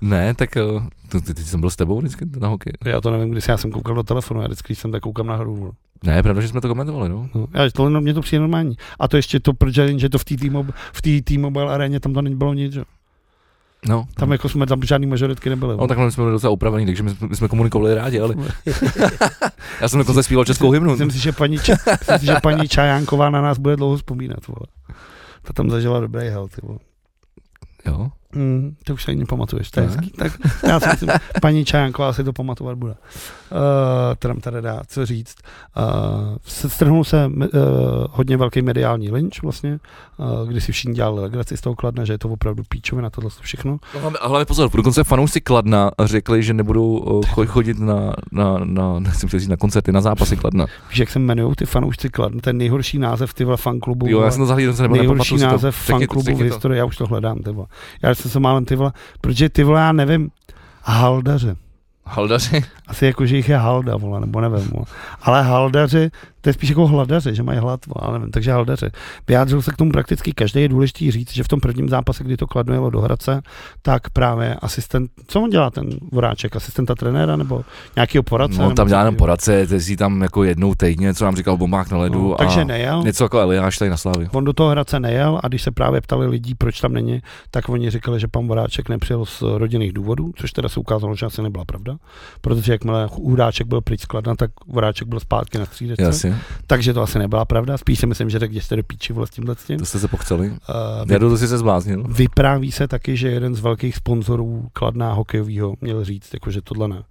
Ne, tak eh, to, ty, ty jsem byl s tebou vždycky na hokej. Já to nevím, když já jsem koukal do telefonu, já vždycky když jsem tak koukám nahoru. vole. Ne, je pravda, že jsme to komentovali, no. No, já, tohle no, mě to přijde normální. A to ještě to, protože že to v té T-Mob- v té T-Mobile aréně tam to nebylo nic, že? jo. No, Tam jako jsme tam žádný majoritky nebyly. no vole. tak my jsme byli docela upravení, takže my, jsme- my jsme komunikovali rádi, ale já jsem dokonce zpíval českou hymnu. Myslím si, že paní, Ča, myslím si, že paní Čajánková na nás bude dlouho vzpomínat, vole. Ta tam zažila dobrý hell, ty vole. Jo. Mm, to už se ani nepamatuješ, to je Ne. hezký. Tak já si myslím, paní Čajánková si to pamatovat bude. Uh, tam tady dá, co říct. Uh, se- strhnul se uh, hodně velký mediální lynč vlastně, uh, kdy si všichni dělali legraci z toho kladna, že je to opravdu píčovina, tohle všechno. No, hlavně, hlavně pozor, dokonce fanoušci Kladna řekli, že nebudou eh, cho- chodit na, na, na, nechci říct, na koncerty, na zápasy Kladna. Víš, jak se jmenují ty fanoušci kladna, ten nejhorší název ty vole fanklubu. Jo, vole. já jsem to zahlídl, jsem nebo nejhorší nepamatuju si to. název Řekni to, fanklubu v řekni to. historii, já už to hledám, ty vole. Já jsem se málem ty vole, protože ty vole, já nevím, haldaře. Haldaři? Asi jako, že jich je halda, vole, nebo nevím, vole. Ale haldaři, to je spíš jako hladaři, že mají hlad, vole, ale nevím, takže haldaři. Vyjádřil se k tomu prakticky každý, je důležitý říct, že v tom prvním zápase, kdy to Kladno jelo do Hradce, tak právě asistent, co on dělá ten Voráček, asistenta trenéra nebo nějakého poradce? No, nebo tam dělá jenom nějakýho- poradce, ty si tam jako jednou týdně, co nám říkal Bombák na ledu. No, a takže nejel. Něco jako Eliáš tady na Slávě. On do toho Hradce nejel a když se právě ptali lidí, proč tam není, tak oni říkali, že pan Voráček nepřijel z rodinných důvodů, což teda se ukázalo, že asi nebyla pravda, protože jakmile Hudáček byl pryč skladna, tak Voráček byl zpátky na střídečce, Jasně, takže to asi nebyla pravda, spíš si myslím, že řekl, že jste do píči vole s tímhle s tím. to jste se pochceli. Eh, vy- Jadu, to si se zbláznil. Vypráví se taky, že jeden z velkých sponzorů kladná hokejového měl říct, jako, že tohle ne.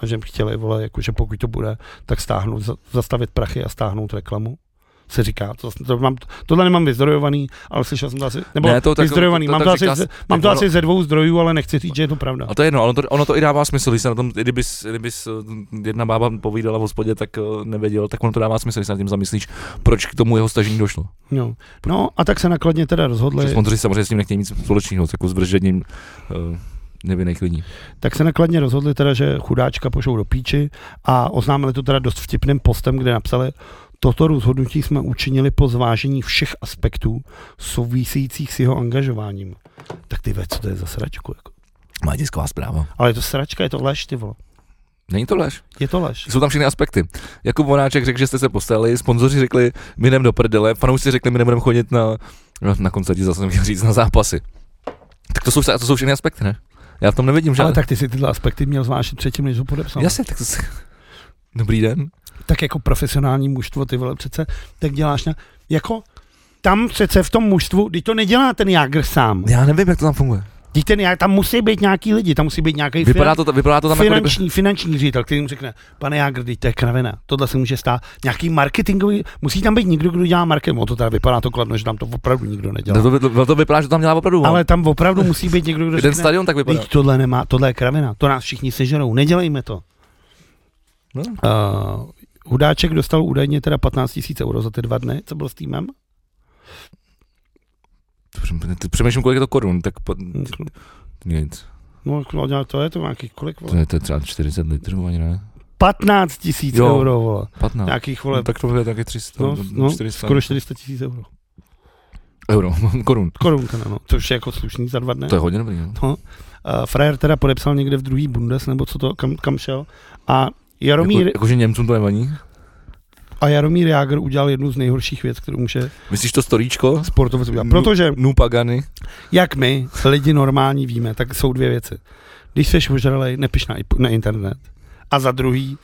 A že chtěli, vole, jako, že pokud to bude, tak stáhnout, za- zastavit prachy a stáhnout reklamu. Se říká, to, to mám, tohle nemám vyzdrojovaný, ale slyšel jsem to asi, nebo Ne, to tak- vyzdrojovaný, to- to mám, tak to asi, říká ze- se- mám to tak ono- asi ze dvou zdrojů, ale nechci říct, že je to pravda. A to je jedno, ono to, ono to i dává smysl, když se na tom, i kdyby, s- kdyby s- jedna bába povídala v hospodě, tak eh, nevěděl, tak ono to dává smysl, když se nad tím zamyslíš, proč k tomu jeho stažení došlo. Jo. No a tak se nakladně teda rozhodli, Že sponzoři samozřejmě s tím nechtějí nic společného, s jako s vržením eh, nevinných lidí. tak se nakladně rozhodli teda, že chudáčka pošou do píči a oznámili to teda dost vtipným postem, kde napsali, toto rozhodnutí jsme učinili po zvážení všech aspektů souvisejících s jeho angažováním. Tak ty ve, co to je za sračku? Jako? Má tisková zpráva. Ale je to sračka, je to lež, ty vole. Není to lež. Je to lež. Jsou tam všechny aspekty. Jako Vonáček řekl, že jste se postali, sponzoři řekli, my jdem do prdele, fanoušci řekli, my nebudeme chodit na, no, na koncerty, zase jsem chtěl říct, na zápasy. Tak to jsou, vše- to jsou všechny aspekty, ne? Já v tom nevidím Ale žádné. tak ty si tyhle aspekty měl zvážit předtím, než ho podepsal. Jasně, tak to se... No. Dobrý den. tak jako profesionální mužstvo, ty vole přece, tak děláš na, jako tam přece v tom mužstvu, když to nedělá ten Jágr sám. Já nevím, jak to tam funguje. Když ten Jágr, tam musí být nějaký lidi, tam musí být nějaký Vypadá to, vypadá to tam jako kdyby... finanční, finanční ředitel, který mu řekne, pane Jágr, teď to je kravina, tohle se může stát. Nějaký marketingový, musí tam být někdo, kdo dělá marketing, o to teda vypadá to kladno, že tam to opravdu nikdo nedělá. No to, to, to vypadá, že to tam dělá opravdu. Ale tam opravdu musí být někdo, kdo ten řekne, stadion tak vypadá. teď tohle nemá, tohle je kravina, to nás všichni sežerou, nedělejme to. No. Uh, Hudáček dostal údajně teda 15 000 euro za ty dva dny, co byl s týmem. Přemýšlím, kolik je to korun, tak po... nic. No, no, to je to nějaký kolik, vole? To je, to je třeba 40 litrů, ani ne. 15 tisíc Jo. euro, vole. 15. Nějakých, vole, No, tak to bude taky 300, no, no, 400 skoro 400 tisíc euro. euro, korun. Korun teda, no. Což je jako slušný za dva dny. To je hodně dobrý, no. Uh, Frajer teda podepsal někde v druhý Bundes, nebo co to, kam, kam šel. A Jaromír, Jako, jakože Němcům to nevadí? a Jaromír Jágr udělal jednu z nejhorších věc, kterou může Myslíš to storíčko? sportovec udělat. Mm. Protože Nu Pagany? jak my, lidi normální, víme, tak jsou dvě věci. Když seš ožralej, nepiš na, ip- na internet. A za druhý,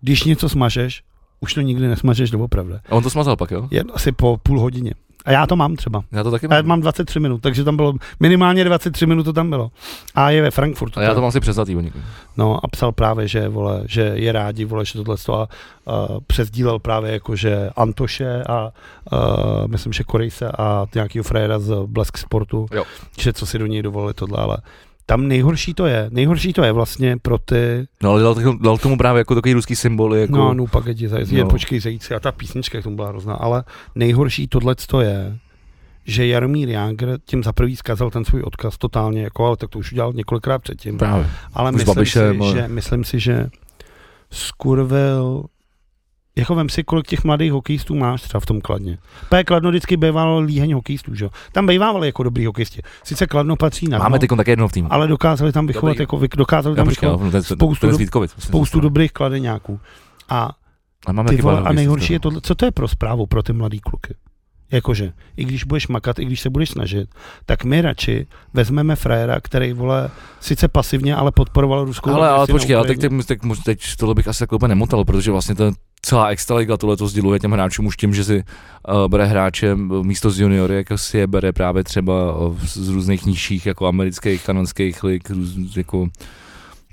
když něco smažeš, už to nikdy nesmažeš doopravdy. A on to smazal pak, jo? Je asi po půl hodině. A já to mám třeba. Já to taky A já mám. mám 23 minut, takže tam bylo minimálně 23 minut to tam bylo. A je ve Frankfurtu. A já teda. to mám asi přezatý o někoho. No a psal právě, že, vole, že je rádi, vole, že tohle a, a přezdílel právě jakože Antoše a, a myslím, že Korejse a nějakýho frajera z Blesk Sportu, Jo. že co si do něj dovolili tohle, ale tam nejhorší to je, nejhorší to je vlastně pro ty, No ale dal, taky- dal tomu právě jako takový ruský symbol, jako... no, no pak je, zajít, je No. počkej zajíci a ta písnička k tomu byla hrozná, ale nejhorší tohle to je, že Jaromír Jágr tím za prvý zkazal ten svůj odkaz totálně, jako, ale tak to už udělal několikrát předtím. Právě. Ale Už s myslím si, Babišem, ale- že, myslím si, že skurvil jako vem si, kolik těch mladých hokejistů máš třeba v tom Kladně. P. Kladno vždycky býval líheň hokejistů, že jo? Tam bývávali jako dobrý hokejisti. Sice Kladno patří na dno, Máme teď také jednou v týmu. ale dokázali tam vychovat, Dobrý. jako, vy- dokázali Já tam počkej, vychovat no, ten, spoustu ten, do- ten Vítkovic. spoustu dobrých kladeňáků. A A máme ty taky vole, pár a hokejistů, nejhorší je teda. tohle, co to je pro zprávu pro ty mladý kluky? Jakože, i když budeš makat, i když se budeš snažit, tak my radši vezmeme frajera, který, vole, sice pasivně, ale podporoval ruskou Ale, ale agresi na počkej, ale teď, Ukrajině. teď, teď, mu- teď tohle bych asi jako úplně nemotal, protože vlastně ten celá extraliga tohle to sděluje těm hráčům už tím, že si uh, bere hráče místo z juniory, jako si je bere právě třeba uh, z z různých nižších, jako amerických, kanadských lig, růz, jako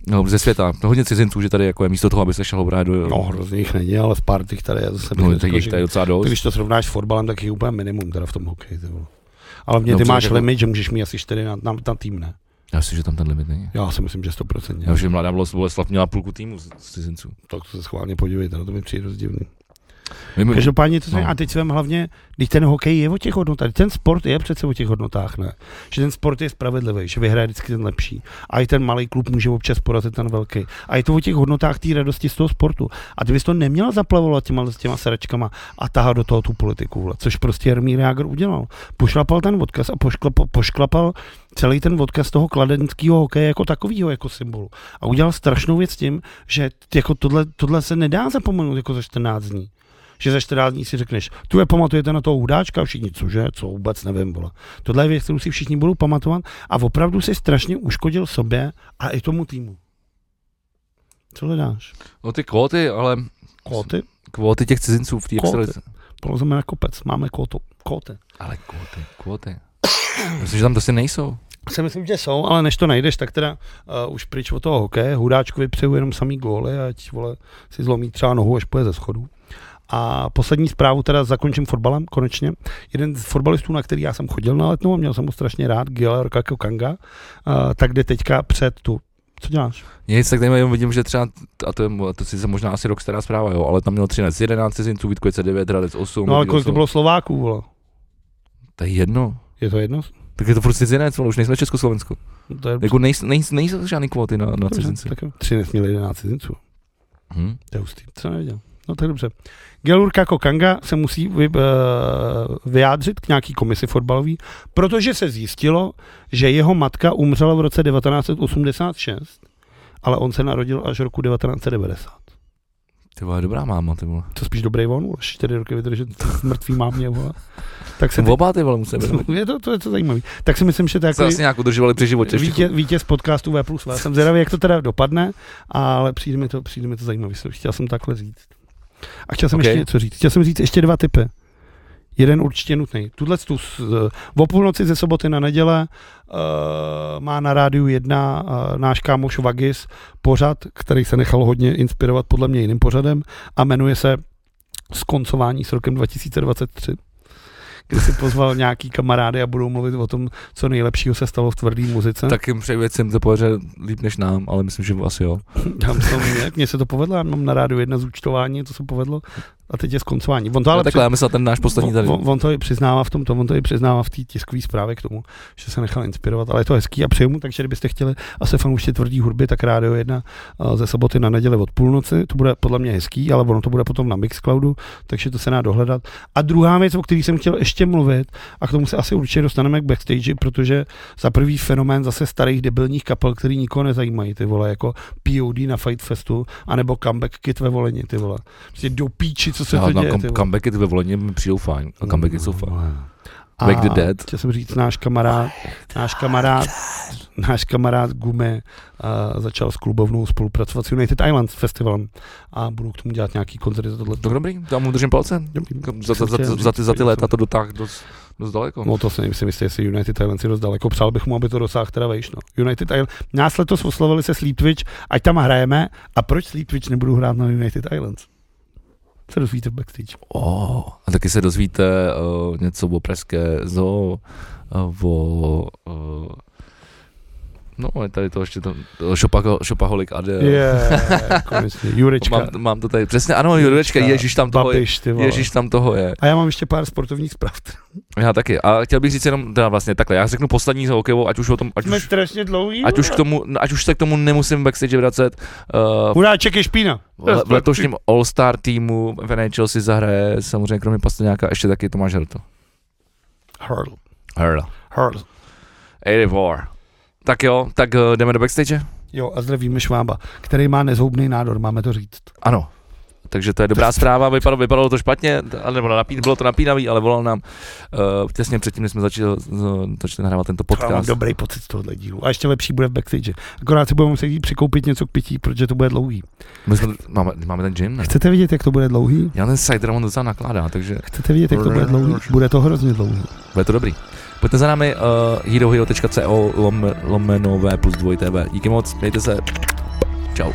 no, ze světa. No, hodně cizinců, že tady jako je místo toho, aby se šel hrát do... No, hrozně jich není, ale v pár těch tady je zase no bych tak jich řekl, tady je docela dost. že- když to srovnáš s fotbalem, tak je úplně minimum teda v tom hokeji. Ty vole. ale mě ty Dobře, máš tak- limit, že můžeš mít asi 4 na, na, na tým, ne? Já myslím, že tam ten limit není. Já si myslím, že 100%. Já už že mladá Boles- Boleslav měla půlku týmu z, z cizinců. Tak to se schválně podívejte, no to mi přijde dost divný. My, my, Každopádně to no. No. a teď svém hlavně, když ten hokej je o těch hodnotách, teď ten sport je přece o těch hodnotách, ne? Že ten sport je spravedlivý, že vyhraje vždycky ten lepší. A i ten malý klub může občas porazit ten velký. A je to o těch hodnotách té radosti z toho sportu. A ty bys to neměl zaplavovat těma, s těma sračkama a tahat do toho tu politiku, vole, což prostě Jarmír Jágr udělal. Pošlapal ten odkaz a pošklap, pošklapal celý ten odkaz toho kladenského hokeje jako takového jako symbolu. A udělal strašnou věc tím, že t- jako tohle, tohle se nedá zapomenout jako za 14 dní že za 14 dní si řekneš, tu je pamatujete na toho hudáčka, všichni, cože, co vůbec nevím, vole. Tohle je věc, kterou si všichni budou pamatovat a opravdu si strašně uškodil sobě a i tomu týmu. Co hledáš? no ty kvóty, ale Kóty? kvóty těch cizinců v té Kvóty. extralize. Polozeme na kopec, máme kótu. Kóty. Ale kvóty, kvóty. Myslím, že tam prostě nejsou. Si myslím, že jsou, ale než to najdeš, tak teda uh, už pryč od toho hokeje, hudáčkovi přeju jenom samý góly, ať vole, si zlomí třeba nohu, až půjde ze schodu. A poslední zprávu teda zakončím fotbalem konečně. Jeden z fotbalistů, na který já jsem chodil na letnou a měl jsem ho strašně rád, Gil Kakio Kanga, uh, tak jde teďka před tu. Co děláš? Nic, tak tady jenom vidím, že třeba, a to, je, to si možná asi rok stará zpráva, jo, ale tam měl 13, 11 cizinců, Vítkovice 9, Hradec 8. No ale Vítkovice kolik to bylo Slováků, vole? To je jedno. Je to jedno? Tak je to prostě cizinec, vole, už nejsme v Československu. No, To je Jako nejs, nejs, nejsou žádný kvóty na, na cizince. Tak jo. Tři nesměli 11 cizinců. Hm? To je hustý. To jsem nevěděl. No tak dobře. Gelurka Kokanga se musí vy, uh, vyjádřit k nějaký komisi fotbalový, protože se zjistilo, že jeho matka umřela v roce 1986, ale on se narodil až roku 1990. Ty vole, dobrá máma, ty vole. To spíš dobrý von, už čtyři roky vydržet s mrtvý mámě, vole. Tak se Jsem oba ty vole musel být. je to, to, je to zajímavý. Tak si myslím, že to je Se jako asi nějak udržovali při životě. ještě. vítěz, vítěz podcastu V plus V. Jsem zvědavý, jak to teda dopadne, ale přijde mi to, přijde mi to zajímavý. Chtěl jsem takhle říct. A chtěl jsem Ok. okay. ještě něco říct. Chtěl jsem říct ještě dva typy. Jeden určitě nutný. Tuhle tu s- o půlnoci ze soboty na neděle uh, má na rádiu jedna uh, náš kámoš Vagis pořad, který se nechal hodně inspirovat podle mě jiným pořadem a jmenuje se Skoncování s rokem 2023 kdy si pozval nějaký kamarády a budou mluvit o tom, co nejlepšího se stalo v tvrdý muzice. Tak jim přeju, ať se jim to podaře líp než nám, ale myslím, že asi jo. Tam to, mně, mně se to povedlo, já mám na rádiu jedna zúčtování, to se povedlo. a teď je skoncování. On to No, Ale ale takhle, já myslel ten náš poslední tady. On, on to i přiznává v tom, on to i přiznává v té tiskové zprávě k tomu, že se nechal inspirovat, ale je to hezký a přeju mu, takže kdybyste chtěli a se fanoušci tvrdí hudby, tak Rádio 1 eh, ze soboty na neděli od půlnoci, to bude podle mě hezký, ale ono to bude potom na Mixcloudu, takže to se dá dohledat. A druhá věc, o které jsem chtěl ještě mluvit, a k tomu se asi určitě dostaneme k backstage, protože za prvý fenomén zase starých debilních kapel, který nikoho nezajímají, ty vole, jako POD na Fight Festu, anebo Comeback Kit ve volení, ty vole. Prostě do píči, co se Já, to na děje, ty kom- vole. comebacky ty No. ve volení mi přijdou fajn. A comebacky jsou fajn. Mm. A Back the Dead. Chtěl jsem říct, náš kamarád, náš kamarád, náš kamarád Gume uh, začal s klubovnou spolupracovat s United Islands Festivalem a budou k tomu dělat nějaký koncerty za tohle. Tak dobrý, já mu držím palce. Dobrý. Za, za, za, za, za, ty, za ty léta to dotáhl dost, dost daleko. No to si nevím, si myslím, jestli United Islands si dost daleko. Přál bych mu, aby to dosáhl teda vejš. No. United Islands. Nás letos oslovili se Sleep Twitch, ať tam hrajeme. A proč Sleep Twitch nebudou hrát na United Islands? Se dozvíte v backstage. Oh, a taky se dozvíte uh, něco o pražské zoo, uh, o... Uh, no, je tady to ještě to, to šopako, šopaholik Adel. Yeah, konečně. Jurečka. Mám, mám to tady, přesně, ano, Jurečka, Ježíš tam toho je. Babiš, ty vole. Ježíš tam toho je. A já mám ještě pár sportovních zpráv. Já taky. A chtěl bych říct jenom, teda vlastně takhle, já řeknu poslední za hokejovo, ať už o tom, ať Jsme už, strašně dlouhý. ať už, k tomu, ať už se k tomu nemusím backstage vracet. Uh, Huráček je špína. v- v letošním All-Star týmu v NHL si zahraje samozřejmě kromě Pastrňáka ještě taky Tomáš Hrto. Hurl. Hrla. Hurl. 84. Tak jo, tak eh, jdeme do backstage? Jo, a zdravíme Švába, který má nezhoubný nádor, máme to říct. Ano. Takže to je dobrá zpráva, vypadalo, vypadalo to špatně, t- ale nebo napí, bylo to napínavý, ale volal nám uh, těsně předtím, než jsme začali, uh, začali nahrávat tento Já mám podcast. dobrý pocit z tohohle dílu. A ještě lepší bude v backstage. Akorát si budeme muset jít přikoupit něco k pití, protože to bude dlouhý. My jsme, máme, máme ten gym, ne? Chcete vidět, jak to bude dlouhý? Já ten cider on docela nakládá, takže Chcete vidět, jak to bude dlouhý? Bude to hrozně dlouhý. bude to dobrý. Pojďte za námi uh, herohero.co lom, lomeno V plus dvojité V. Díky moc, mějte se. Čau.